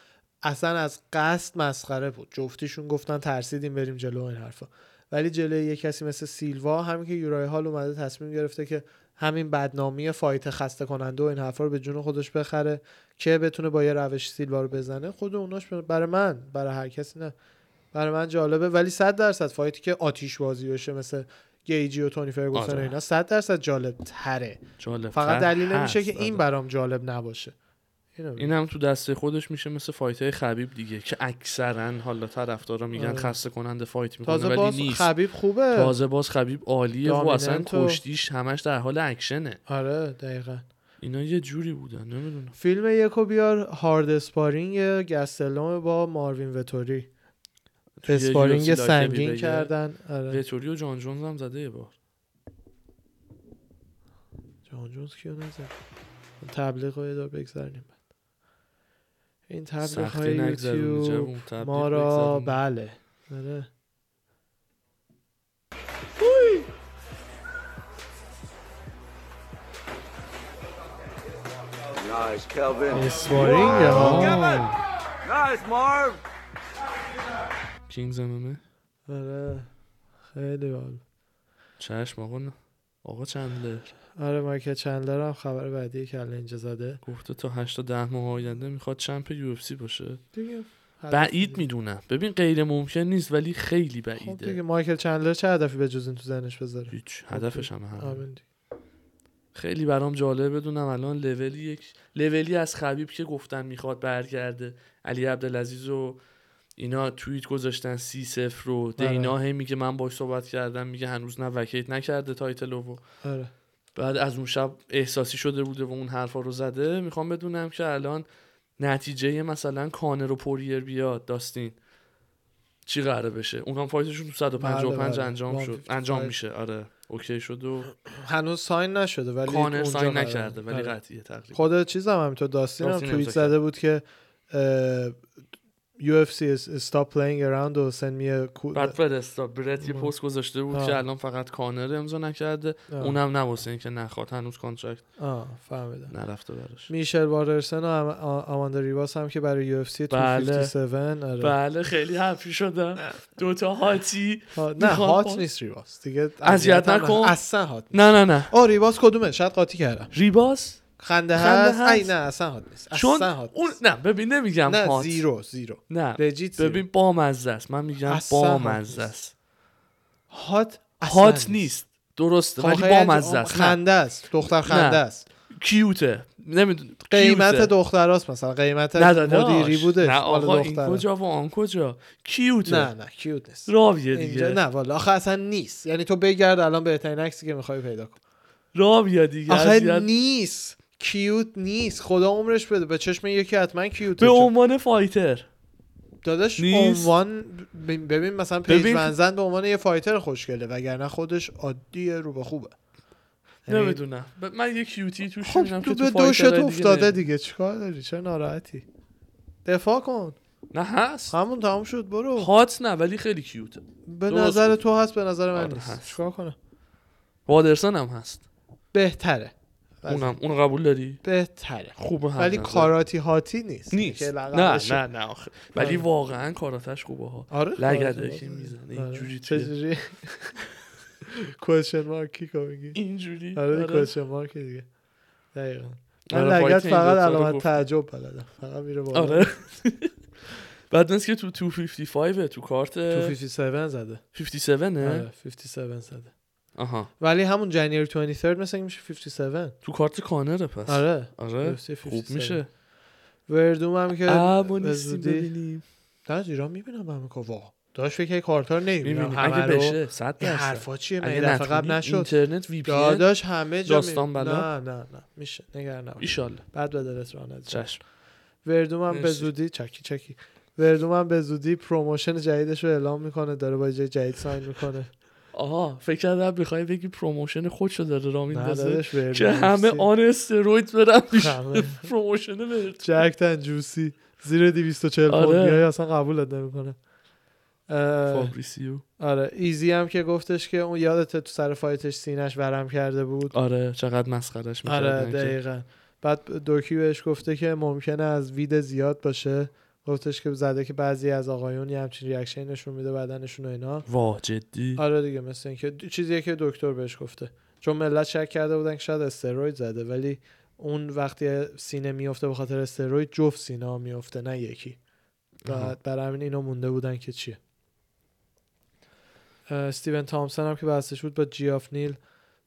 B: اصلا از قصد مسخره بود جفتیشون گفتن ترسیدیم بریم جلو و این حرفا ولی جلوی یه کسی مثل سیلوا همین که یورای هال اومده تصمیم گرفته که همین بدنامی فایت خسته کننده و این حرفا رو به جون خودش بخره که بتونه با یه روش سیلوا رو بزنه خود اوناش برای من برای هر کسی نه برای من جالبه ولی 100 درصد فایتی که آتیش بازی بشه مثل گیجی و تونی فرگوسن
A: آره.
B: و اینا 100 درصد جالب تره
A: جالب
B: فقط دلیل نمیشه
A: آره.
B: که این برام جالب نباشه اینو میگم.
A: این هم تو دسته خودش میشه مثل فایت های خبیب دیگه که اکثرا حالا طرفدارا میگن
B: آره.
A: خسته کننده فایت میکنه
B: تازه
A: ولی
B: باز
A: نیست
B: خبیب خوبه
A: تازه باز خبیب عالیه و اصلا
B: دامیننت و-
A: کشتیش همش در حال اکشنه
B: آره دقیقا
A: اینا یه جوری بودن نمیدونم
B: فیلم یکو بیار هارد اسپارینگ گستلوم با ماروین وتوری
A: توی UFC
B: اسپارینگ
A: لایکه
B: سنگین
A: می‌بگه.
B: کردن آره
A: ویتوری و جان جونز هم زده یه بار
B: جان جونز کیو نزد تبلیغ رو یه دور بگذاریم این تبلیغ
A: سختی
B: های
A: نگذرونی
B: یوتیوب
A: جوون، تبریک
B: ما را
A: بگذرونی.
B: بله آره
C: Nice,
B: آره.
C: Kelvin.
B: اسپارینگ ها
C: Nice, Marv.
A: کینگز اممه
B: آره خیلی حال
A: چشم آقا نه. آقا چندلر
B: آره مایکل چندلر هم خبر بعدی کله اینجا زده
A: گفته تا 8 تا 10 ماه آینده میخواد چمپ یو اف سی باشه
B: دیگه هدف
A: بعید
B: دیگه.
A: میدونم ببین غیر ممکن نیست ولی خیلی
B: خب
A: بعیده
B: دیگه مایکل چندلر چه هدفی به جز این تو زنش بذاره
A: هیچ هدفش هم همه
B: آمین دیگه.
A: خیلی برام جالبه بدونم الان لولی یک لولی از خبیب که گفتن میخواد برگرده علی عبدالعزیز و اینا توییت گذاشتن سی صفر رو
B: آره.
A: دینا هی میگه من باش صحبت کردم میگه هنوز نه وکیت نکرده تایتل رو
B: آره
A: بعد از اون شب احساسی شده بوده و اون حرفا رو زده میخوام بدونم که الان نتیجه مثلا کانر و پوریر بیاد داستین چی قراره بشه اون هم فایتشون تو 155
B: بله، بله.
A: انجام شد
B: 155.
A: انجام میشه آره اوکی شد و
B: هنوز ساین نشده ولی
A: کانر
B: اونجا
A: ساین
B: قراره.
A: نکرده ولی
B: آره.
A: قطعیه تقریبا
B: خود چیز هم همینطور داستین هم
A: داستین
B: توییت
A: امضا
B: زده بود که اه، UFC is is stop playing around و send me a cool
A: بعد فرستا برت یه
B: آه.
A: پست گذاشته بود
B: بله. آه.
A: که الان فقط کانر امضا نکرده
B: آه.
A: اونم نه واسه اینکه نخواد هنوز کانترکت
B: آه فهمیدم
A: نرفته براش
B: میشل واررسن و آم- آ- آماندا ریواس هم که برای UFC
A: بله.
B: 257 آره.
A: بله خیلی هپی شدم دوتا هاتی
B: ها- نه
A: میخوام
B: هات
A: باز-
B: نیست ریواس دیگه
A: اذیت
B: هم-
A: نکن.
B: اصلا هات نیست
A: نه نه نه
B: آه ریواس کدومه شاید قاطی کردم
A: ریباس
B: خنده
A: خنده
B: هست
A: هست.
B: ای نه اصلا هات نیست
A: چون
B: اصلا هات
A: اون
B: نیست.
A: نه ببین نمیگم
B: نه
A: هات
B: زیرو زیرو
A: نه
B: رجیت زیرو.
A: ببین بامزه است من میگم
B: اصلا هات
A: بامزه است
B: هات اصلا
A: هات نیست درسته ولی
B: خواهی-
A: بامزه است نه.
B: خنده است دختر خنده
A: نه.
B: است
A: کیوته نمیدونم
B: قیمت دختراست مثلا قیمت مدیری بوده
A: نه آقا این
B: دختر
A: کجا و آن کجا کیوته
B: نه نه کیوت نیست
A: راویه
B: اینجا
A: دیگه
B: نه والا آخه اصلا نیست یعنی تو بگرد الان بهترین عکسی که میخوای پیدا کن
A: راویه دیگه
B: آخه
A: اذیت-
B: نیست کیوت نیست خدا عمرش بده به چشم یکی حتما کیوت
A: به عنوان فایتر
B: داداش
A: نیست.
B: عنوان ب- ببین مثلا
A: ببین-
B: پیج منزن به عنوان یه فایتر خوشگله وگرنه خودش عادیه رو به خوبه یعنی-
A: نمیدونم ب- من یه کیوتی توش
B: خب
A: می‌بینم
B: تو
A: که
B: به
A: فایترهای
B: دوشت
A: دیگه
B: افتاده
A: نمی‌بینم.
B: دیگه چیکار داری چه ناراحتی دفاع کن
A: نه هست
B: همون تموم شد برو
A: هات نه ولی خیلی کیوته
B: به
A: درست
B: نظر تو هست به نظر من
A: آره،
B: نیست
A: هست.
B: چیکار کنم
A: وادرسن هم هست
B: بهتره بله.
A: اونم اون قبول داری
B: بهتره
A: خوبه هم
B: ولی
A: نظر.
B: کاراتی هاتی نیست
A: نیست
B: که
A: نه
B: لقبشه.
A: نه نه آخه ولی
B: آره.
A: واقعا کاراتش خوبه ها
B: آره
A: لگده که میزنه اینجوری توی-
B: چجوری کوشن مارک کیکو میگی
A: اینجوری
B: آره
A: آره.
B: کوشن مارک دیگه دقیقا
A: آره،
B: من لگت
A: فایت این
B: فقط
A: دوتا رو
B: علامت
A: گفت.
B: تعجب بلدم فقط میره بالا
A: آره بعد نیست که تو 255 ه، تو کارت
B: 257 زده
A: 57
B: آره
A: نه
B: 57 زده
A: آها
B: ولی همون جنیری 23 مثل اینکه میشه 57
A: تو کارت کانره پس
B: آره
A: آره
B: UFC 57.
A: خوب میشه
B: وردوم هم که
A: اما
B: به
A: نیستیم
B: زودی-
A: ببینیم
B: نه از ایران میبینم امریکا وا داشت فکر کارتار نمیبینم
A: میبینیم
B: همه
A: اگه
B: رو
A: بشه 100
B: این
A: درصد
B: حرفا چیه من
A: اگه
B: یه دفعه قبل
A: نتونی
B: نشد
A: اینترنت وی پی ان
B: داداش همه جا
A: داستان
B: می‌بینی.
A: بلا.
B: نه نه نه میشه نگران نباش
A: ان
B: بعد به دلت راه نده
A: چشم
B: وردوم هم به
A: مرسی.
B: زودی چکی چکی وردوم هم به زودی پروموشن جدیدش رو اعلام میکنه داره با جای جدید ساین میکنه
A: آها فکر کردم بخوای بگی پروموشن خودشو داره را
B: نه
A: میندازه
B: داداش وردوم
A: که همه
B: جوسی.
A: آن استروید برن میشه
B: همه.
A: پروموشن برد
B: جک تن جوسی زیر 240
A: آره. خب.
B: پوندی های اصلا قبولت نمیکنه اه،
A: فابریسیو
B: آره ایزی هم که گفتش که اون یادت تو سر فایتش سینش ورم کرده بود
A: آره چقدر مسخرش
B: آره
A: میکردن که
B: دقیقا بعد دوکی بهش گفته که ممکنه از وید زیاد باشه گفتش که زده که بعضی از آقایون یه همچین ریاکشن نشون میده بدنشون و اینا
A: واه جدی
B: آره دیگه مثل اینکه د- چیزیه که دکتر بهش گفته چون ملت شک کرده بودن که شاید استروید زده ولی اون وقتی سینه میفته به خاطر استروید جفت سینه ها میفته نه یکی
A: آها.
B: بعد برای همین اینا مونده بودن که چیه اه، استیون تامسون هم که بحثش بود با جیاف نیل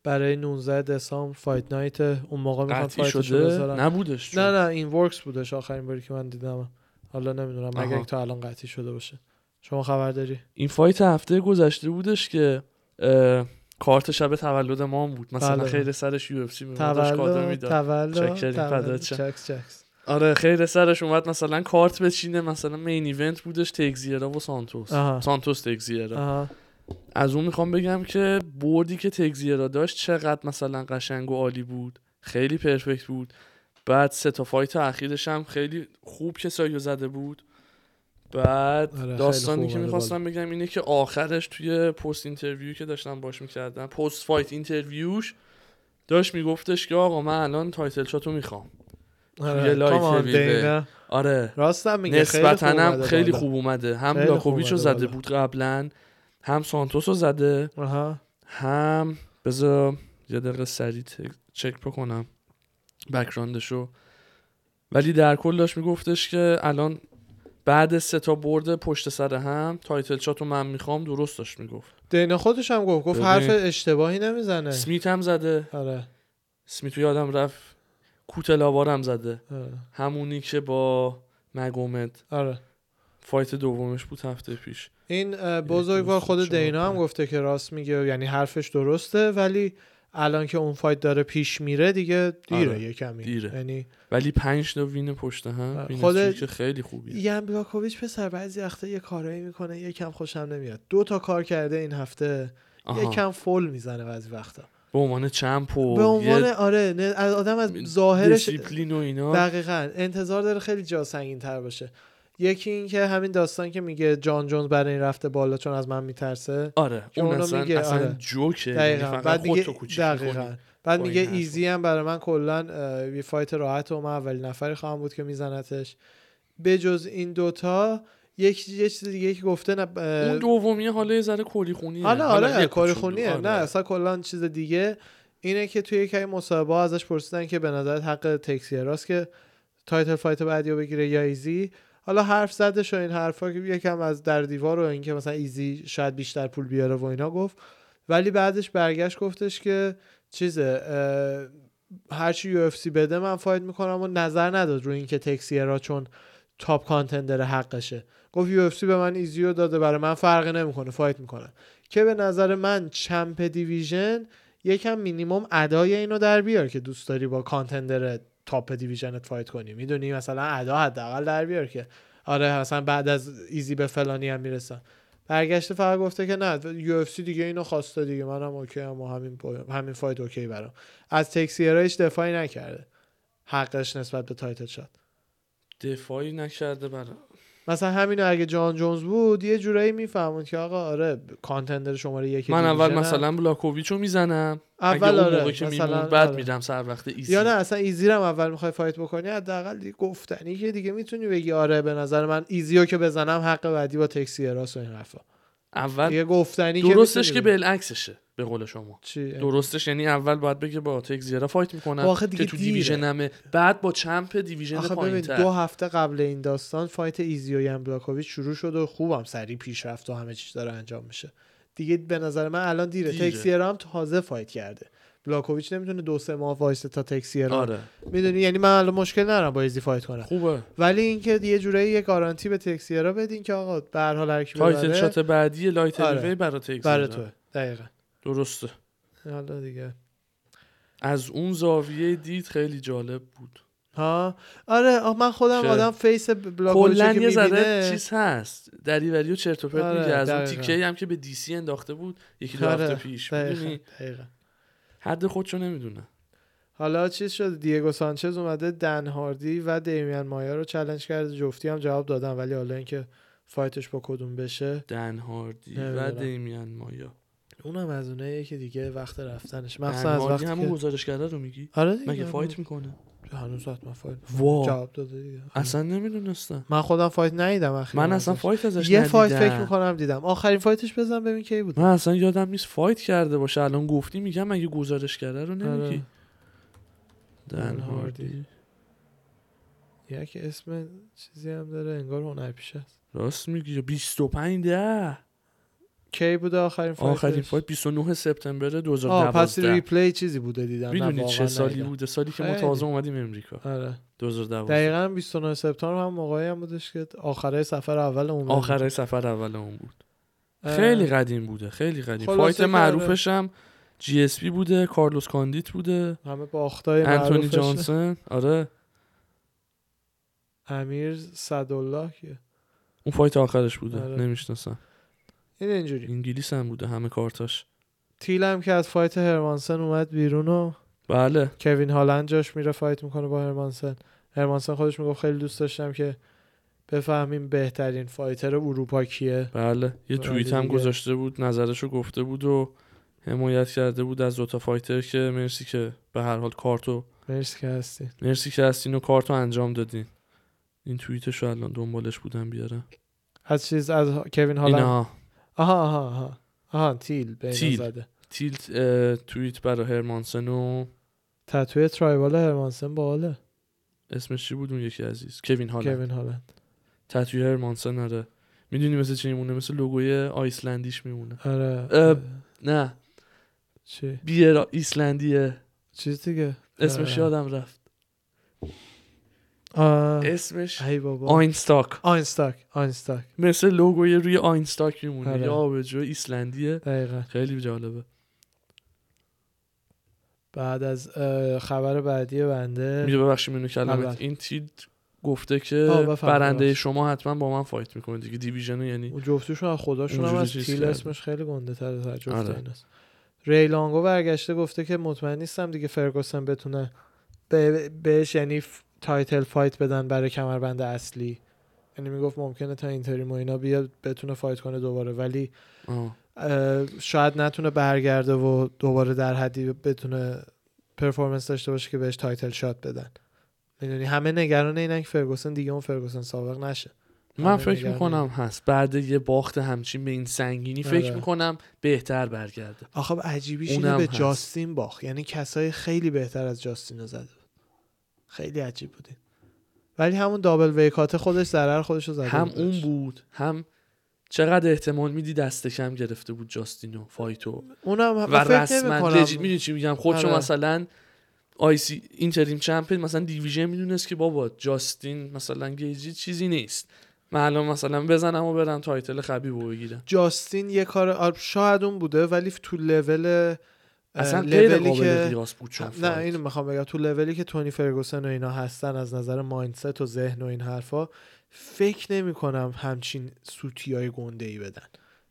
B: برای 19 دسامبر فایت نایت اون موقع میخوان
A: قطعی
B: فایتشو
A: شده
B: بذارن
A: نبودش چون.
B: نه نه این ورکس بودش آخرین باری که من دیدم حالا نمیدونم
A: آها.
B: مگه تا الان قطعی شده باشه شما خبر داری
A: این فایت هفته گذشته بودش که اه، کارت شب تولد ما هم بود مثلا
B: بله.
A: خیر سرش یو اف سی میموندش کادو
B: تولد
A: میداد
B: تولد
A: چکریم،
B: تولد
A: فدات شم.
B: چکس چکس
A: آره خیر سرش اومد مثلا کارت بچینه مثلا مین ایونت بودش تگزیرا و سانتوس
B: آها.
A: سانتوس تگزیرا
B: آها
A: از اون میخوام بگم که بردی که تگزیرا داشت چقدر مثلا قشنگ و عالی بود خیلی پرفکت بود بعد سه تا فایت اخیرش هم خیلی خوب که سایو زده بود بعد
B: آره، خیلی
A: داستانی
B: خوب
A: که
B: اومده
A: میخواستم بگم اینه که آخرش توی پست اینترویو که داشتم باش میکردم پست فایت اینترویوش داشت میگفتش که آقا من الان تایتل شاتو میخوام
B: آره.
A: توی لایک دینا. آره
B: راستم میگه
A: نسبتا
B: خیلی خوب
A: هم خیلی خوب اومده
B: اومده بالا.
A: هم
B: خیلی خوب
A: بلاکوویچ رو
B: اومده
A: زده
B: بالا.
A: بود قبلا هم سانتوس رو زده
B: آها.
A: هم بذار یه دقیقه سریع تک- چک بکنم بکراندشو ولی در کل داشت میگفتش که الان بعد سه تا برد پشت سر هم تایتل شاتو من میخوام درست داشت میگفت
B: دینا خودش هم گفت گفت
A: ببین.
B: حرف اشتباهی نمیزنه
A: سمیت هم زده
B: آره
A: سمیت یادم رفت کوتلاوار هم زده
B: آره
A: همونی که با مگومد
B: آره
A: فایت دومش بود هفته پیش
B: این اه،
A: دو،
B: بزرگوار
A: سه،
B: خود
A: چهار،
B: دینا هم
A: پنج.
B: گفته که راست میگه یعنی حرفش درسته ولی الان که اون فایت داره پیش میره دیگه دیره
A: آره،
B: یه کمی
A: دیره.
B: یعنی
A: ولی پنج تا وین پشت هم
B: آره.
A: وین
B: خود-
A: استریک خیلی خوبیه
B: یان بلاکوویچ یعنی پسر بعضی وقتا یه کارایی میکنه یکم خوشم نمیاد دو تا کار کرده این هفته
A: آها.
B: یکم فول میزنه بعضی وقتا
A: به عنوان چمپ و
B: به عنوان
A: یه
B: آره نه- از آدم از
A: می-
B: ظاهرش
A: دیسیپلین و اینا
B: دقیقا انتظار داره خیلی جا سنگین تر باشه یکی این که همین داستان که میگه جان جونز برای این رفته بالا چون از من میترسه
A: آره
B: که
A: اون
B: اونو
A: اصلا,
B: میگه،
A: اصلا
B: آره.
A: جوکه یعنی
B: دقیقا
A: فقط
B: بعد میگه
A: خودتو کوچیک
B: دقیقا
A: می‌کنی.
B: بعد
A: با
B: میگه
A: این حرفا.
B: ایزی هم برای من کلا اه، یه فایت راحت و من اولین نفری خواهم بود که میزنتش بجز این دوتا یک یه چیز دیگه که گفته نه اه،
A: اون دومیه حالا یه ذره کلی خونیه
B: حالا حالا
A: یه
B: کار
A: کوچولو،
B: خونیه
A: آره.
B: آره، نه اصلا کلا چیز دیگه اینه که توی یکی مصاحبه ازش پرسیدن که به نظرت حق تکسیه راست که تایتل فایت بعدی رو بگیره یا ایزی حالا حرف زدش و این حرفا که یکم از در دیوار و اینکه مثلا ایزی شاید بیشتر پول بیاره و اینا گفت ولی بعدش برگشت گفتش که چیزه اه، هرچی یو اف سی بده من فایت میکنم و نظر نداد روی اینکه تکسیرا چون تاپ کانتندر حقشه گفت یو اف سی به من ایزیو داده برای من فرقی نمیکنه فایت میکنم که به نظر من چمپ دیویژن یکم مینیمم ادای اینو در بیار که دوست داری با کانتندر تاپ دیویژنت فایت کنی میدونی مثلا ادا حداقل در بیار که آره مثلا بعد از ایزی به فلانی هم میرسن برگشته فقط گفته که نه یو اف سی دیگه اینو خواسته دیگه منم اوکی هم و همین با- همین فایت اوکی برام از تکسیرایش دفاعی نکرده حقش نسبت به تایتل شد
A: دفاعی نکرده برای
B: مثلا همینو اگه جان جونز بود یه جورایی میفهمون که آقا آره ب- کانتندر شماره یک
A: من اول
B: دیویژنم.
A: مثلا بلاکوویچ رو میزنم
B: اول
A: اگه اون
B: آره
A: موقع که
B: مثلا
A: میمون بعد
B: آره.
A: میرم سر وقت ایسی
B: یا نه اصلا ایزی رو هم اول میخوای فایت بکنی حداقل دیگه گفتنی که دیگه میتونی بگی آره به نظر من ایزیو که بزنم حق بعدی با تکسی راست و این حرفا
A: اول
B: دیگه گفتنی که
A: درستش
B: می‌تونی
A: که
B: بگی.
A: بالعکسشه به قول شما
B: چی
A: درستش یعنی اول باید بگه با تک زیرا فایت میکنم
B: آخه دیگه
A: که تو
B: دیره.
A: دیویژنمه بعد با چمپ دیویژن
B: آخه ببین
A: پایینتر
B: دو هفته قبل این داستان فایت ایزی و یم بلاکوویچ شروع شد و خوبم سریع پیش رفت و همه چیز داره انجام میشه دیگه به نظر من الان دیره,
A: دیره.
B: تکسیرا هم تازه فایت کرده بلاکوویچ نمیتونه دو سه ماه وایسه تا تکسیرا
A: آره
B: میدونی یعنی من الان مشکل ندارم با ایزی فایت کنم
A: خوبه
B: ولی اینکه یه جورایی یه گارانتی به تکسیرا بدین که آقا به هر حال هر کی
A: تایتل
B: ببره،
A: شات بعدی لایت
B: آره.
A: هلیوی برای تک
B: برای
A: زیرا.
B: تو دقیقا
A: درسته
B: حالا دیگه
A: از اون زاویه دید خیلی جالب بود
B: ها آره آه، من خودم
A: چه؟
B: آدم فیس بلاکوویچ
A: کلا
B: که
A: یه ذره
B: میبینه
A: چیز هست دریوری و چرت و پرت
B: آره،
A: میگه از اون
B: دقیقاً.
A: تیکه هم که به دیسی انداخته بود یکی دو
B: آره،
A: هفته پیش
B: دقیقاً،
A: میدونی
B: دقیقاً.
A: حد خودشو نمیدونه
B: حالا چیز شده دیگو سانچز اومده دن هاردی و دیمین مایا رو چلنج کرده جفتی هم جواب دادن ولی حالا اینکه فایتش با کدوم بشه
A: دن هاردی و
B: نمیدونم.
A: دیمیان مایا
B: اونم از اونه یکی دیگه وقت رفتنش
A: دن
B: مخصوصا از
A: هاردی
B: وقتی
A: همون
B: که
A: گزارش کرده رو میگی
B: آره دیگه،
A: مگه خب.
B: همون.
A: فایت میکنه
B: هنوز حتما فایت
A: وا
B: جواب داده دیگه
A: اصلا نمیدونستم
B: من خودم فایت ندیدم اخیراً
A: من اصلا
B: ازش.
A: فایت ازش
B: یه فایت
A: ندیدم.
B: فکر میکنم دیدم آخرین فایتش بزن ببین کی بود
A: من اصلا یادم نیست فایت کرده باشه الان گفتی میگم مگه گزارش کرده رو نمیگی
B: آره.
A: دن
B: دن هاردی.
A: هاردی
B: یک اسم چیزی هم داره انگار هنرپیشه است
A: راست میگی 25 ده
B: کی بوده آخرین فایت
A: آخرین فایت 29 سپتامبر
B: آه پس
A: 2012
B: ریپلی چیزی بوده دیدم
A: میدونی چه سالی
B: بود
A: بوده سالی که ما
B: خیلی.
A: تازه اومدیم امریکا
B: آره
A: 2012
B: دقیقا 29 سپتامبر هم موقعی هم بودش که آخره سفر اول اون
A: آخر سفر اول اون بود
B: اه.
A: خیلی قدیم بوده خیلی قدیم
B: خلاصه
A: فایت
B: که آره.
A: معروفش هم جی اس پی بوده کارلوس کاندیت بوده
B: همه باختای
A: انتونی
B: معروفش
A: جانسون آره
B: امیر صدالله که
A: اون فایت آخرش بوده
B: آره.
A: نمیشناسم
B: این اینجوری
A: انگلیس هم بوده همه کارتاش
B: تیل هم که از فایت هرمانسن اومد بیرون و
A: بله
B: کوین هالند جاش میره فایت میکنه با هرمانسن هرمانسن خودش میگفت خیلی دوست داشتم که بفهمیم بهترین فایتر اروپا کیه
A: بله یه
B: بله،
A: توییت هم
B: دیگه.
A: گذاشته بود نظرشو گفته بود و حمایت کرده بود از دوتا فایتر که مرسی که به هر حال کارتو
B: مرسی که هستی
A: مرسی که هستین و کارتو انجام دادین این توییتشو الان دنبالش بودم بیارم
B: از چیز از ها- کوین هالند
A: اینا
B: آها آها آها آها تیل به اینا
A: تیل.
B: زده
A: تیلت اه، توییت برای هرمانسن و
B: تتوی ترایبال هرمانسن باحاله
A: اسمش چی بود اون یکی عزیز کوین هالند
B: کوین هالند
A: تتوی هرمانسن آره میدونی مثل چی میمونه مثل لوگوی آیسلندیش میمونه
B: آره
A: اه.
B: اه،
A: نه
B: چی
A: بیر ایسلندیه
B: چیز دیگه
A: اسمش
B: اه.
A: یادم رفت
B: آه.
A: اسمش
B: ای بابا
A: آینستاک
B: آینستاک آینستاک
A: مثل لوگوی روی آینستاک میمونه
B: آره.
A: یا آبجو ایسلندیه
B: دقیقا
A: خیلی جالبه
B: بعد از اه، خبر بعدی بنده
A: میگه ببخشید منو کلمت
B: اول.
A: این تیت گفته
B: بله، آه،
A: که
B: بفرمایید،
A: برنده
B: ببخشید.
A: شما حتما با من فایت میکنه دیگه دیویژن یعنی
B: اون جفتشون از خداشون هم
A: اونجوری
B: از
A: چیز
B: تیل
A: کرده.
B: اسمش خیلی گنده تر از جفت
A: آره.
B: ایناست ری لانگو برگشته گفته که مطمئن نیستم دیگه فرگوسن بتونه به- بهش یعنی ف- تایتل فایت بدن برای کمربند اصلی یعنی میگفت ممکنه تا اینتریم و اینا بیاد بتونه فایت کنه دوباره ولی آره،
A: آه.
B: اه، شاید نتونه برگرده و دوباره در حدی بتونه پرفورمنس داشته باشه که بهش تایتل شات بدن میدونی همه نگران اینن که فرگوسن دیگه اون فرگوسن سابق نشه
A: من
B: همه
A: فکر
B: نگران
A: میکنم هست بعد یه باخت همچین به این سنگینی فکر
B: آره.
A: میکنم بهتر برگرده
B: آخه عجیبیش
A: اونم
B: اینه به
A: هست.
B: جاستین باخ یعنی کسای خیلی بهتر از جاستین رو زده بود خیلی عجیب بودین ولی همون دابل ویکات خودش ضرر خودش رو زده
A: هم
B: بود
A: اون
B: بهش.
A: بود هم چقدر احتمال میدی دست کم گرفته بود جاستینو فایتو
B: اونم هم
A: و
B: من فکر
A: رسما
B: نمی‌کنم.
A: میدونی چی میگم خودشو
B: آره.
A: مثلا آیسی اینتریم چمپیون مثلا دیویژن میدونست که بابا جاستین مثلا گیجی چیزی نیست من الان مثلا بزنم و برم تایتل خبیب رو بگیرم
B: جاستین یه کار آره، شاید اون بوده ولی تو لول اه،
A: اصلا غیر
B: لولی
A: قابل
B: که
A: قیاس بود چون
B: نه
A: فایت.
B: اینو میخوام بگم تو لولی که تونی فرگوسن و اینا هستن از نظر مایندست و ذهن و این حرفا فکر نمی کنم همچین سوتی های گنده ای بدن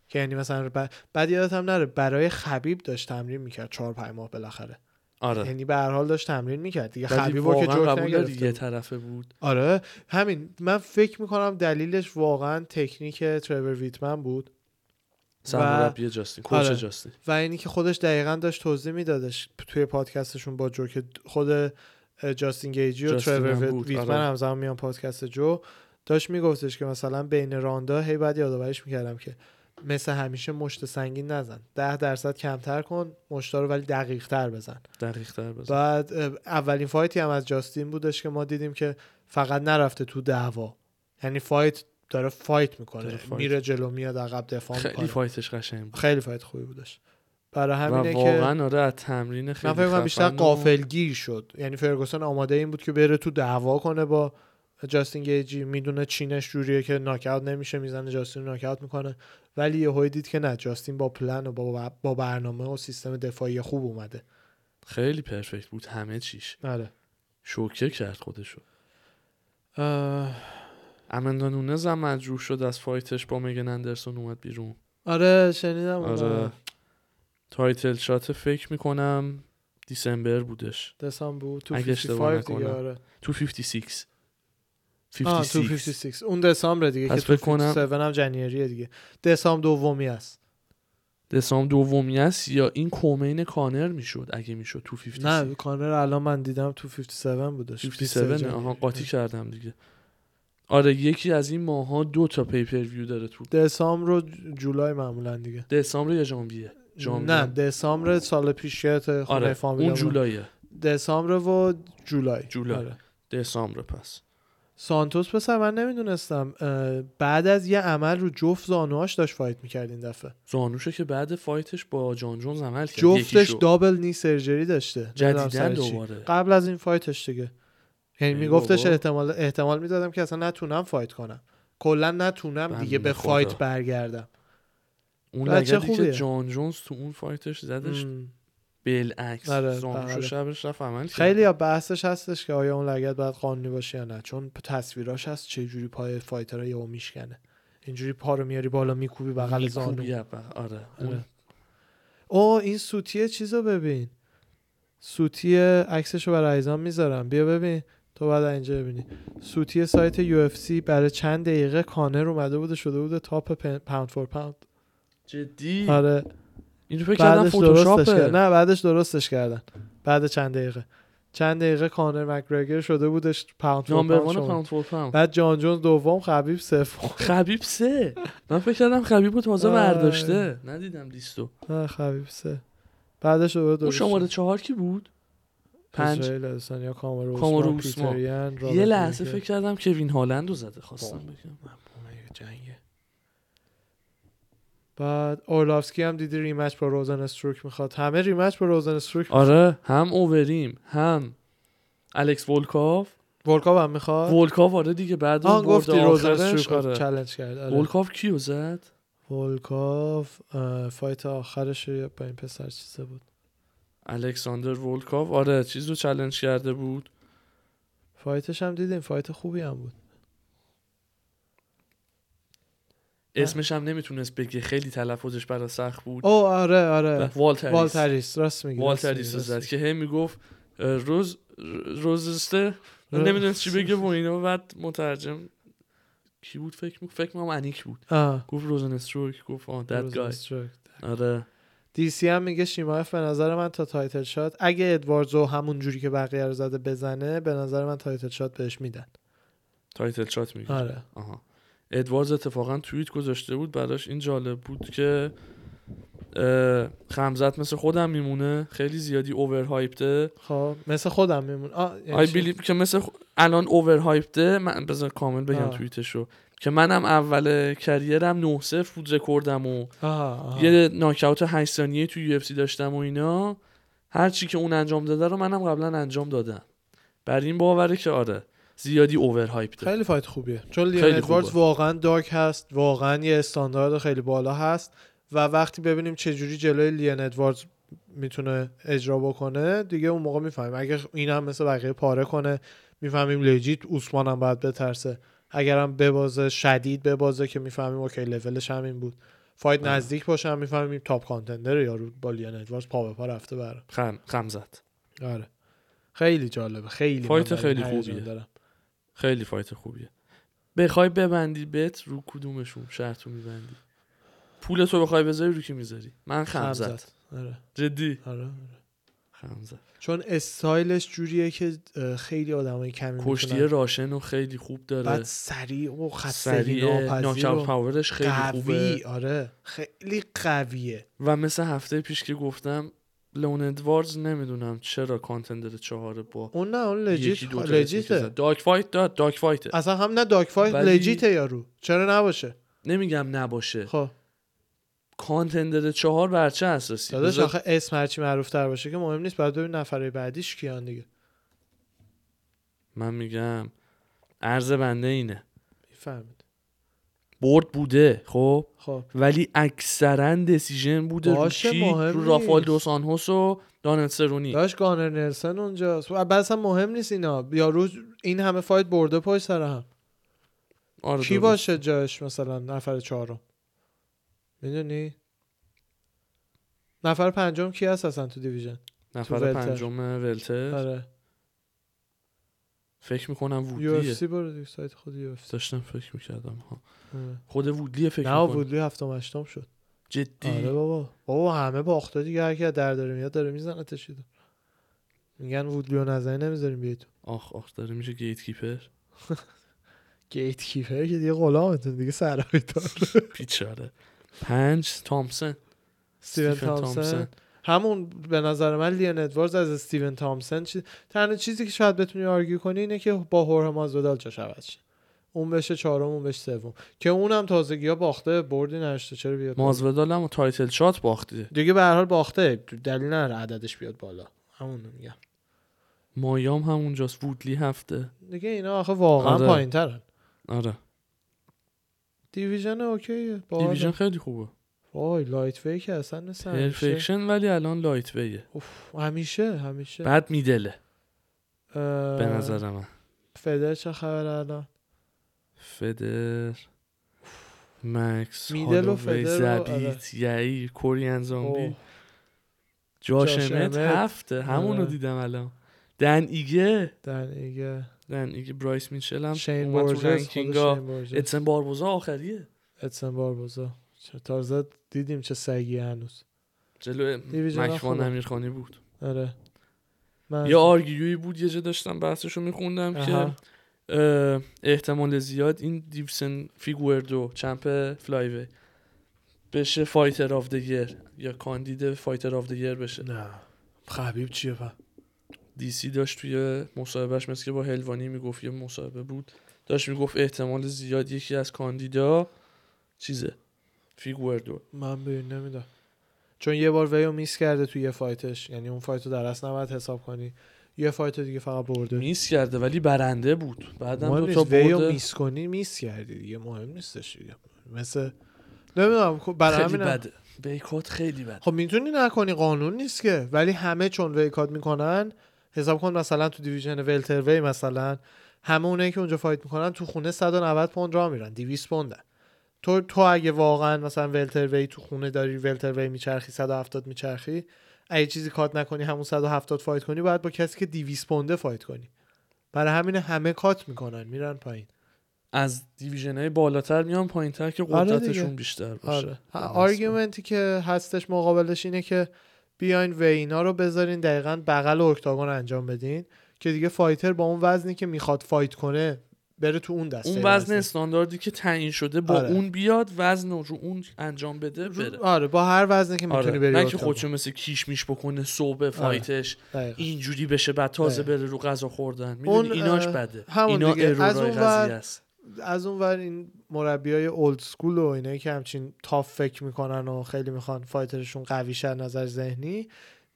B: که یعنی مثلا ب... بعد یادت هم نره برای خبیب داشت تمرین میکرد چهار پنج ماه بالاخره
A: آره
B: یعنی به هر حال داشت تمرین میکرد دیگه
A: ولی
B: خبیب رو که
A: واقعا
B: جوک
A: قبول داری
B: نگرفته
A: یه
B: بود.
A: طرفه بود
B: آره همین من فکر میکنم دلیلش واقعا تکنیک ترور ویتمن بود
A: سرمربی جاستین کوچ
B: آره.
A: جاستین
B: و اینی که خودش دقیقا داشت توضیح میدادش توی پادکستشون با جو که خود جاستین گیجی و
A: جاستین
B: ترور
A: هم
B: ویت-
A: بود،
B: ویتمن
A: آره.
B: همزمان میان پادکست جو داشت میگفتش که مثلا بین راندا هی بعد یادآوریش میکردم که مثل همیشه مشت سنگین نزن ده درصد کمتر کن مشتا رو ولی دقیق تر بزن
A: دقیق تر بزن
B: بعد اه، اولین فایتی هم از جاستین بودش که ما دیدیم که فقط نرفته تو دعوا یعنی فایت داره فایت
A: داره
B: میکنه
A: فایت.
B: میره جلو میاد عقب دفاع
A: خیلی
B: میکنه
A: فایتش قشنگ بود
B: خیلی فایت خوبی بودش برای
A: و
B: خب، همینه که
A: واقعا آره از تمرین خیلی
B: من فکر کنم بیشتر
A: خفن و-
B: قافلگیر شد یعنی فرگوسن آماده این بود که بره تو دعوا کنه با جاستین گیجی میدونه چینش جوریه که ناکاوت نمیشه میزنه جاستین رو ناکاوت میکنه ولی یهو دید که نه جاستین با پلن و با, با برنامه و سیستم دفاعی خوب اومده
A: خیلی پرفکت بود همه چیش
B: آره
A: شوکه کرد خودشو
B: اه،
A: امندا نونز هم مجروح شد از فایتش با مگن اندرسون اومد بیرون
B: آره شنیدم
A: آره
B: آره.
A: تایتل شات فکر میکنم دیسمبر بودش
B: دسام بود تو
A: اگه اشتباه
B: 55 دیگه
A: نکنم.
B: آره
A: تو 56
B: آه، تو
A: 56
B: 56 اون دسامبر دیگه
A: پس
B: که تو
A: فکر کنم-
B: 57 هم جنیریه دیگه دسامبر دومی است
A: دسامبر دومی است یا این کومین کانر میشد اگه میشد تو 56
B: نه کانر الان من دیدم تو 57 بودش
A: 57
B: جنگ.
A: آها قاطی کردم دیگه آره یکی از این ماها دو تا پیپر ویو داره تو
B: دسامبر و جولای معمولا دیگه
A: دسامبر یا ژانویه ژانویه
B: نه دسامبر سال پیشیت خونه
A: آره
B: فامیل
A: اون جولایه
B: دسامبر و جولای
A: جولای.
B: آره.
A: دسامبر پس
B: سانتوس پسر من نمیدونستم بعد از یه عمل رو جفت زانوهاش داشت فایت میکرد این دفعه
A: زانوشو که بعد فایتش با جان جونز عمل کرد
B: جفتش
A: یکیشو.
B: دابل نی سرجری داشته نمیدونم
A: جدیدن
B: سر چی.
A: دوباره
B: قبل از این فایتش دیگه یعنی
A: ای
B: میگفتش
A: بابا.
B: احتمال احتمال میدادم که اصلا نتونم فایت کنم کلا نتونم
A: بنده
B: دیگه به
A: بله، خدا.
B: فایت برگردم
A: اون
B: بچه
A: لگدی که
B: خوبیه.
A: جان جونز تو اون فایتش زدش
B: ام.
A: بالعکس
B: آره،
A: زانوشو
B: آره.
A: شبش رفت عمل کرد
B: خیلی یا بحثش هستش که آیا اون لگت باید قانونی باشه یا نه چون تصویراش هست چه جوری پای فایترها یهو میشکنه اینجوری پا رو میاری بالا میکوبی بغل زانو
A: میکوبیه بغل- آره اون
B: آره. او این سوتیه چیزو ببین سوتیه عکسشو برای ایزان میذارم بیا ببین تو بعد اینجا ببینی سوتی سایت یو برای چند دقیقه کانر اومده بوده شده بوده تاپ پن- پاوند فور پاوند
A: جدی
B: آره
A: اینو فکر کردم
B: بعدش درستش کرد.
A: فتوشاپه
B: نه بعدش درستش کردن بعد چند دقیقه چند دقیقه کانر مکگرگر شده بودش پاوند فور
A: نامبر
B: پاوند
A: وان
B: شما.
A: پاوند فور پاوند
B: بعد جان جونز دوم خبیب سوم
A: خبیب سه من فکر کردم خبیب رو تازه
B: آه.
A: برداشته ندیدم لیستو
B: نه خبیب سه بعدش دوباره
A: اون
B: درست
A: شماره
B: شد.
A: چهار کی بود پنج
B: اسرائیل اسپانیا کامارو
A: کامارو
B: کامارو
A: عثمان.
B: پیتریان رابرت
A: یه لحظه
B: میکل.
A: فکر کردم کوین هالند رو زده خواستم بگم
B: بعد اورلافسکی هم دیدی ریمچ با روزن استروک میخواد همه ریمچ با روزن استروک
A: آره هم اووریم هم الکس ولکاف
B: ولکاو هم میخواد
A: ولکاف آره دیگه بعد اون
B: آن
A: برد
B: گفتی روزن
A: آخرش،
B: استروک
A: آره.
B: چالش کرد آره.
A: ولکاف کیو زد
B: ولکاف اه، فایت آخرش رو با این پسر چیزه بود
A: الکساندر ولکاف آره چیز رو چلنج کرده بود
B: فایتش هم دیدیم فایت خوبی هم بود
A: اسمش هم نمیتونست بگه خیلی تلفظش برای سخت بود
B: او آره آره
A: والتریس
B: والتریس راست میگی
A: والتریس رو زد که هی میگفت اه، روز روزسته
B: رو-
A: نمیدونست چی بگه و اینا و بعد مترجم کی بود فکر می فکر کنم انیک بود گفت روزن استروک گفت آه دد گای آره
B: دی سی هم میگه شیمایف به نظر من تا تایتل شات اگه ادواردزو همون جوری که بقیه رو زده بزنه به نظر من تایتل شات بهش میدن
A: تایتل شات میگه
B: آره
A: آها ادواردز اتفاقا توییت گذاشته بود براش این جالب بود که اه، خمزت مثل خودم میمونه خیلی زیادی اوور هایپته
B: خب مثل خودم میمون آه، یعنی
A: آی
B: چی؟
A: بیلیف که مثل خ- الان اوور هایپته من بذار کامل بگم
B: آه.
A: توییتشو که منم اول کریرم 9 0 بود رکوردم و
B: آها، آها.
A: یه ناک اوت 8 ثانیه توی یو داشتم و اینا هر چی که اون انجام داده رو منم قبلا انجام دادم بر این باوره که آره زیادی اوور هایپته
B: خیلی فایت خوبیه چون لیون
A: خیلی
B: ادواردز
A: خوبه.
B: واقعا دارک هست واقعا یه استاندارد خیلی بالا هست و وقتی ببینیم چه جوری جلوی لیون ادواردز میتونه اجرا بکنه دیگه اون موقع میفهمیم اگه این هم مثل بقیه پاره کنه میفهمیم لجیت اوسمان هم باید بترسه اگرم ببازه شدید ببازه که میفهمیم اوکی لولش همین بود فایت
A: آه.
B: نزدیک باشه هم میفهمیم تاپ کانتندر یارو با لیون ادواردز پا به پا رفته بره
A: خم خمزت
B: آره خیلی جالبه خیلی من
A: فایت
B: برای
A: خیلی
B: هیجان
A: خوبیه.
B: دارم.
A: خیلی فایت خوبیه بخوای ببندی بت رو کدومشون شرطو میبندی پول تو بخوای بذاری رو کی میذاری من خمزت
B: خمزت. آره
A: جدی
B: آره
A: خمزت
B: چون استایلش جوریه که اه، خیلی آدمای کمی
A: کشتی
B: می‌تونن.
A: راشن و خیلی خوب داره
B: بعد سریع و خستگی
A: سریع
B: ناپذیر
A: ناکاوت
B: و
A: پاورش خیلی
B: قوی
A: خوبه
B: آره خیلی قویه
A: و مثل هفته پیش که گفتم لون ادواردز نمیدونم چرا کانتندر چهاره با
B: اون نه اون
A: یکی دو
B: لجیت
A: تا اسمی که
B: لجیته
A: زد. دارک فایت داد دارک فایته
B: اصلا هم نه داک فایت
A: ولی-
B: لجیته یارو چرا نباشه
A: نمیگم نباشه
B: خب
A: کانتندر چهار بر چه اساسی
B: داداش
A: بذار-
B: آخه اسم هرچی معروف تر باشه که مهم نیست بعد ببین نفره بعدیش کیان دیگه
A: من میگم عرض بنده اینه
B: میفهمید
A: برد بوده خب
B: خب
A: ولی اکثرا دسیژن بوده رو
B: باشه،
A: کی
B: مهم
A: رو رافال
B: نیست.
A: دو سانهوس و دانل سرونی
B: داش گانر نلسن اونجاست و بعد اصلا مهم نیست اینا یارو این همه فایت برده پای سر هم
A: آره
B: کی
A: درست.
B: باشه جاش مثلا نفر چهارم میدونی نفر پنجم کی هست اصلا تو دیویژن تو
A: نفر
B: ولتر.
A: پنجم ولتر
B: آره
A: فکر میکنم
B: یو
A: وودلیه
B: اف سی برو دیگه سایت خود یو اف سی آره.
A: داشتم فکر میکردم ها. خود وودلیه فکر
B: نه
A: میکنم
B: وودلی هفتم هشتم شد
A: جدی
B: آره بابا بابا همه باخته دیگه هر کی در داره میاد داره میزنه تشیده میگن وودلی رو نزنی نمیذاریم بیای تو
A: آخ آخ داره میشه گیت کیپر
B: گیت کیپر که دیگه غلامتون دیگه سرای تو
A: پیچاره پنج تامسن
B: استیون
A: استیون
B: تامسن
A: تامسون.
B: همون به نظر من لیان ادواردز از استیون تامسن چیز... تنها چیزی که شاید بتونی آرگیو کنی اینه که با هورم مازودال جاش عوض شه اون بشه چهارم اون بشه سوم که اونم تازگی ها باخته بردی نشته چرا بیاد بالا؟
A: مازودال هم تایتل شات باخته
B: دیگه به هر حال باخته دلیل نداره عددش بیاد بالا همون رو میگم
A: مایام هم اونجاست وودلی هفته
B: دیگه اینا آخه واقعا
A: آره.
B: پایین ترن
A: آره
B: دیویژن اوکیه باحاله.
A: دیویژن خیلی خوبه
B: وای لایت وی که اصلا نیست همیشه
A: پرفکشن ولی الان لایت ویه
B: اوف، همیشه همیشه
A: بعد میدله
B: اه،
A: به نظر من
B: فدر چه خبر الان
A: فدر مکس
B: میدل و
A: هالووی
B: فدر رو-
A: زبیت یعی کورین زامبی
B: اوه.
A: جاش
B: جاش
A: امت
B: امت.
A: هفته همونو
B: آره.
A: دیدم الان دن ایگه
B: در دیگه
A: دن ایگه برایس میشل هم
B: شین
A: اومد تو
B: بورژس خود
A: رنکینگا
B: شین بورژس.
A: اتسن باربوزا آخریه
B: اتسن باربوزا چه تازه دیدیم چه سگی هنوز
A: جلو
B: دیویژن
A: مکوان
B: خوبه.
A: امیرخانی بود
B: آره من-
A: یه آرگیویی بود یه جا داشتم بحثشو میخوندم
B: آها.
A: که اه، احتمال زیاد این دیبسن فیگوردو چمپ فلایوی بشه فایتر آف دیر یا کاندید فایتر آف دیر بشه
B: نه خبیب چیه پا
A: دیسی داشت توی مصاحبهش مثل که با هلوانی میگفت یه مصاحبه بود داشت میگفت احتمال زیاد یکی از کاندیدا چیزه فیگوردو
B: من به این نمیدم چون یه بار ویو میس کرده توی یه فایتش یعنی اون فایت رو در اصل نباید حساب کنی یه فایت دیگه فقط برده
A: میس کرده ولی برنده بود بعدم
B: مهم
A: دو تا
B: نیست ویو
A: برده
B: میس کنی میس کردی دیگه مهم نیستش دیگه مثل نمیدونم خب برای
A: خیلی
B: همین
A: بده بیکات خیلی بده
B: خب میتونی نکنی قانون نیست که ولی همه چون ویکاد میکنن حساب کن مثلا تو دیویژن ولتروی مثلا همه اونایی که اونجا فایت میکنن تو خونه 190 پوند را میرن 200 پوندن تو تو اگه واقعا مثلا ولتروی تو خونه داری ولتروی میچرخی 170 میچرخی اگه چیزی کات نکنی همون 170 فایت کنی باید با کسی که 200 پونده فایت کنی برای همین همه کات میکنن میرن پایین
A: از دیویژن های بالاتر میان پایین تر که
B: آره دیگه.
A: قدرتشون بیشتر باشه
B: آره ه- آرگومنتی که هستش مقابلش اینه که بیاین وینا رو بذارین دقیقا بغل اکتاگون انجام بدین که دیگه فایتر با اون وزنی که میخواد فایت کنه بره تو اون دسته
A: اون وزن
B: وزنی.
A: استانداردی که تعیین شده با
B: آره.
A: اون بیاد وزن رو رو اون انجام بده
B: رو-
A: بره
B: آره با هر وزنی که میتونی
A: آره
B: بری
A: نه که
B: اکتاگون.
A: خودشو مثل کیش میش بکنه صبح فایتش
B: دقیقاً.
A: اینجوری بشه بعد تازه
B: آره.
A: بره رو غذا خوردن
B: اون،
A: میدونی ایناش
B: اه،
A: بده
B: همون
A: اینا
B: دیگه. از
A: ارورای
B: اون
A: قضیه
B: ور-
A: است
B: از اون ور این مربی های اولد سکول و اینایی که همچین تاف فکر میکنن و خیلی میخوان فایترشون قوی شد نظر ذهنی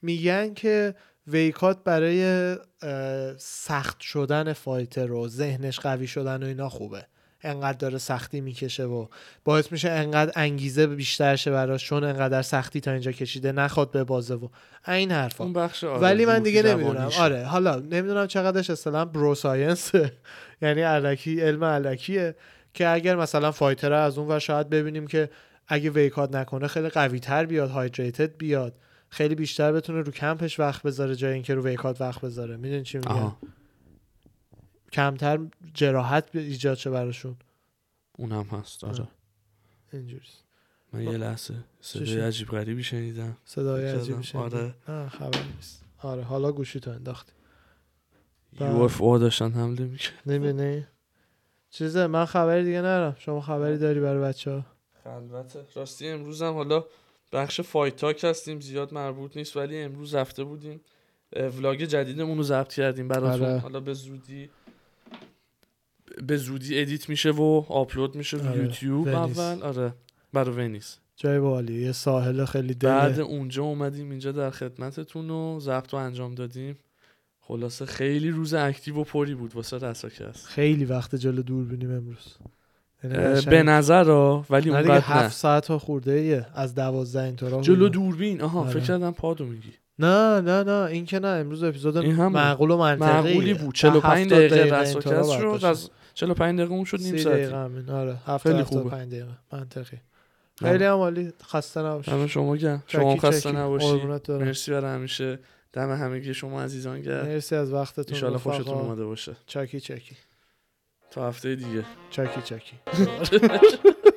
B: میگن که ویکات برای اه، سخت شدن فایتر و ذهنش قوی شدن و اینا خوبه انقدر داره سختی میکشه و باعث میشه انقدر انگیزه بیشتر شه براش چون انقدر سختی تا اینجا کشیده نخواد به بازه و این حرفا
A: اون بخش آره
B: ولی من
A: روحی
B: دیگه نمیدونم
A: روانیشه.
B: آره حالا نمیدونم چقدرش اصلا برو ساینس یعنی علکی علم علکیه که اگر مثلا فایتر از اون و شاید ببینیم که اگه ویکاد نکنه خیلی قوی تر بیاد هایدریتد بیاد خیلی بیشتر بتونه رو کمپش وقت بذاره جای اینکه رو ویکاد وقت بذاره میدونی چی میگم
A: آها
B: کمتر جراحت ایجاد شه براشون
A: اونم هست آره
B: آه. اینجوری
A: من یه لحظه صدای
B: چی؟
A: عجیب غریبی شنیدم
B: صدای
A: فکر
B: عجیب
A: کردم، آره.
B: خبر نیست آره حالا گوشی تو انداختی بله.
A: یو اف او داشتن حمله میکرد
B: نمیدونی چیزه من خبری دیگه ندارم شما خبری داری برای بچه ها
A: خلوته راستی امروز هم حالا بخش فایتاک هستیم زیاد مربوط نیست ولی امروز رفته بودیم اه، ولاگ جدیدمون رو ضبط کردیم براتون
B: آره.
A: حالا به زودی به زودی ادیت میشه و آپلود میشه رو
B: آره.
A: یوتیوب
B: ونیس.
A: اول آره برای ونیس
B: جای بالی یه ساحل خیلی
A: بعد
B: دل
A: اونجا اومدیم اینجا در خدمتتون و ضبط رو انجام دادیم خلاصه خیلی روز اکتیو و پری بود واسه رساکست
B: خیلی وقت جلو دور بینیم امروز یعنی
A: اه،
B: قشنگ-
A: به نظر ها ولی
B: نه دیگه
A: اونقدر نه
B: هفت ساعت ها خورده ایه از دوازده این طورا
A: جلو
B: می‌بینم.
A: دوربین آها
B: آره.
A: فکر کردم پادو میگی
B: نه نه نه این که نه امروز اپیزود
A: این هم بود.
B: معقول و منطقی
A: معقولی بود 45 دقیقه رساکست شد
B: از
A: از 45 دقیقه اون شد نیم
B: دقیقه
A: ساعت
B: همین آره هفت
A: خیلی
B: خیلی
A: خوبه.
B: خوبه دقیقه منطقی خیلی هم عالی خسته
A: همه
B: نباشید
A: شما گرم شما هم
B: چکی،
A: خسته
B: چکی.
A: نباشی
B: قربونت برم.
A: مرسی برای همیشه دم همگی شما عزیزان گرم
B: مرسی از وقتتون
A: ان خوشتون
B: رفقا.
A: اومده باشه
B: چکی چکی
A: تا هفته دیگه
B: چکی چکی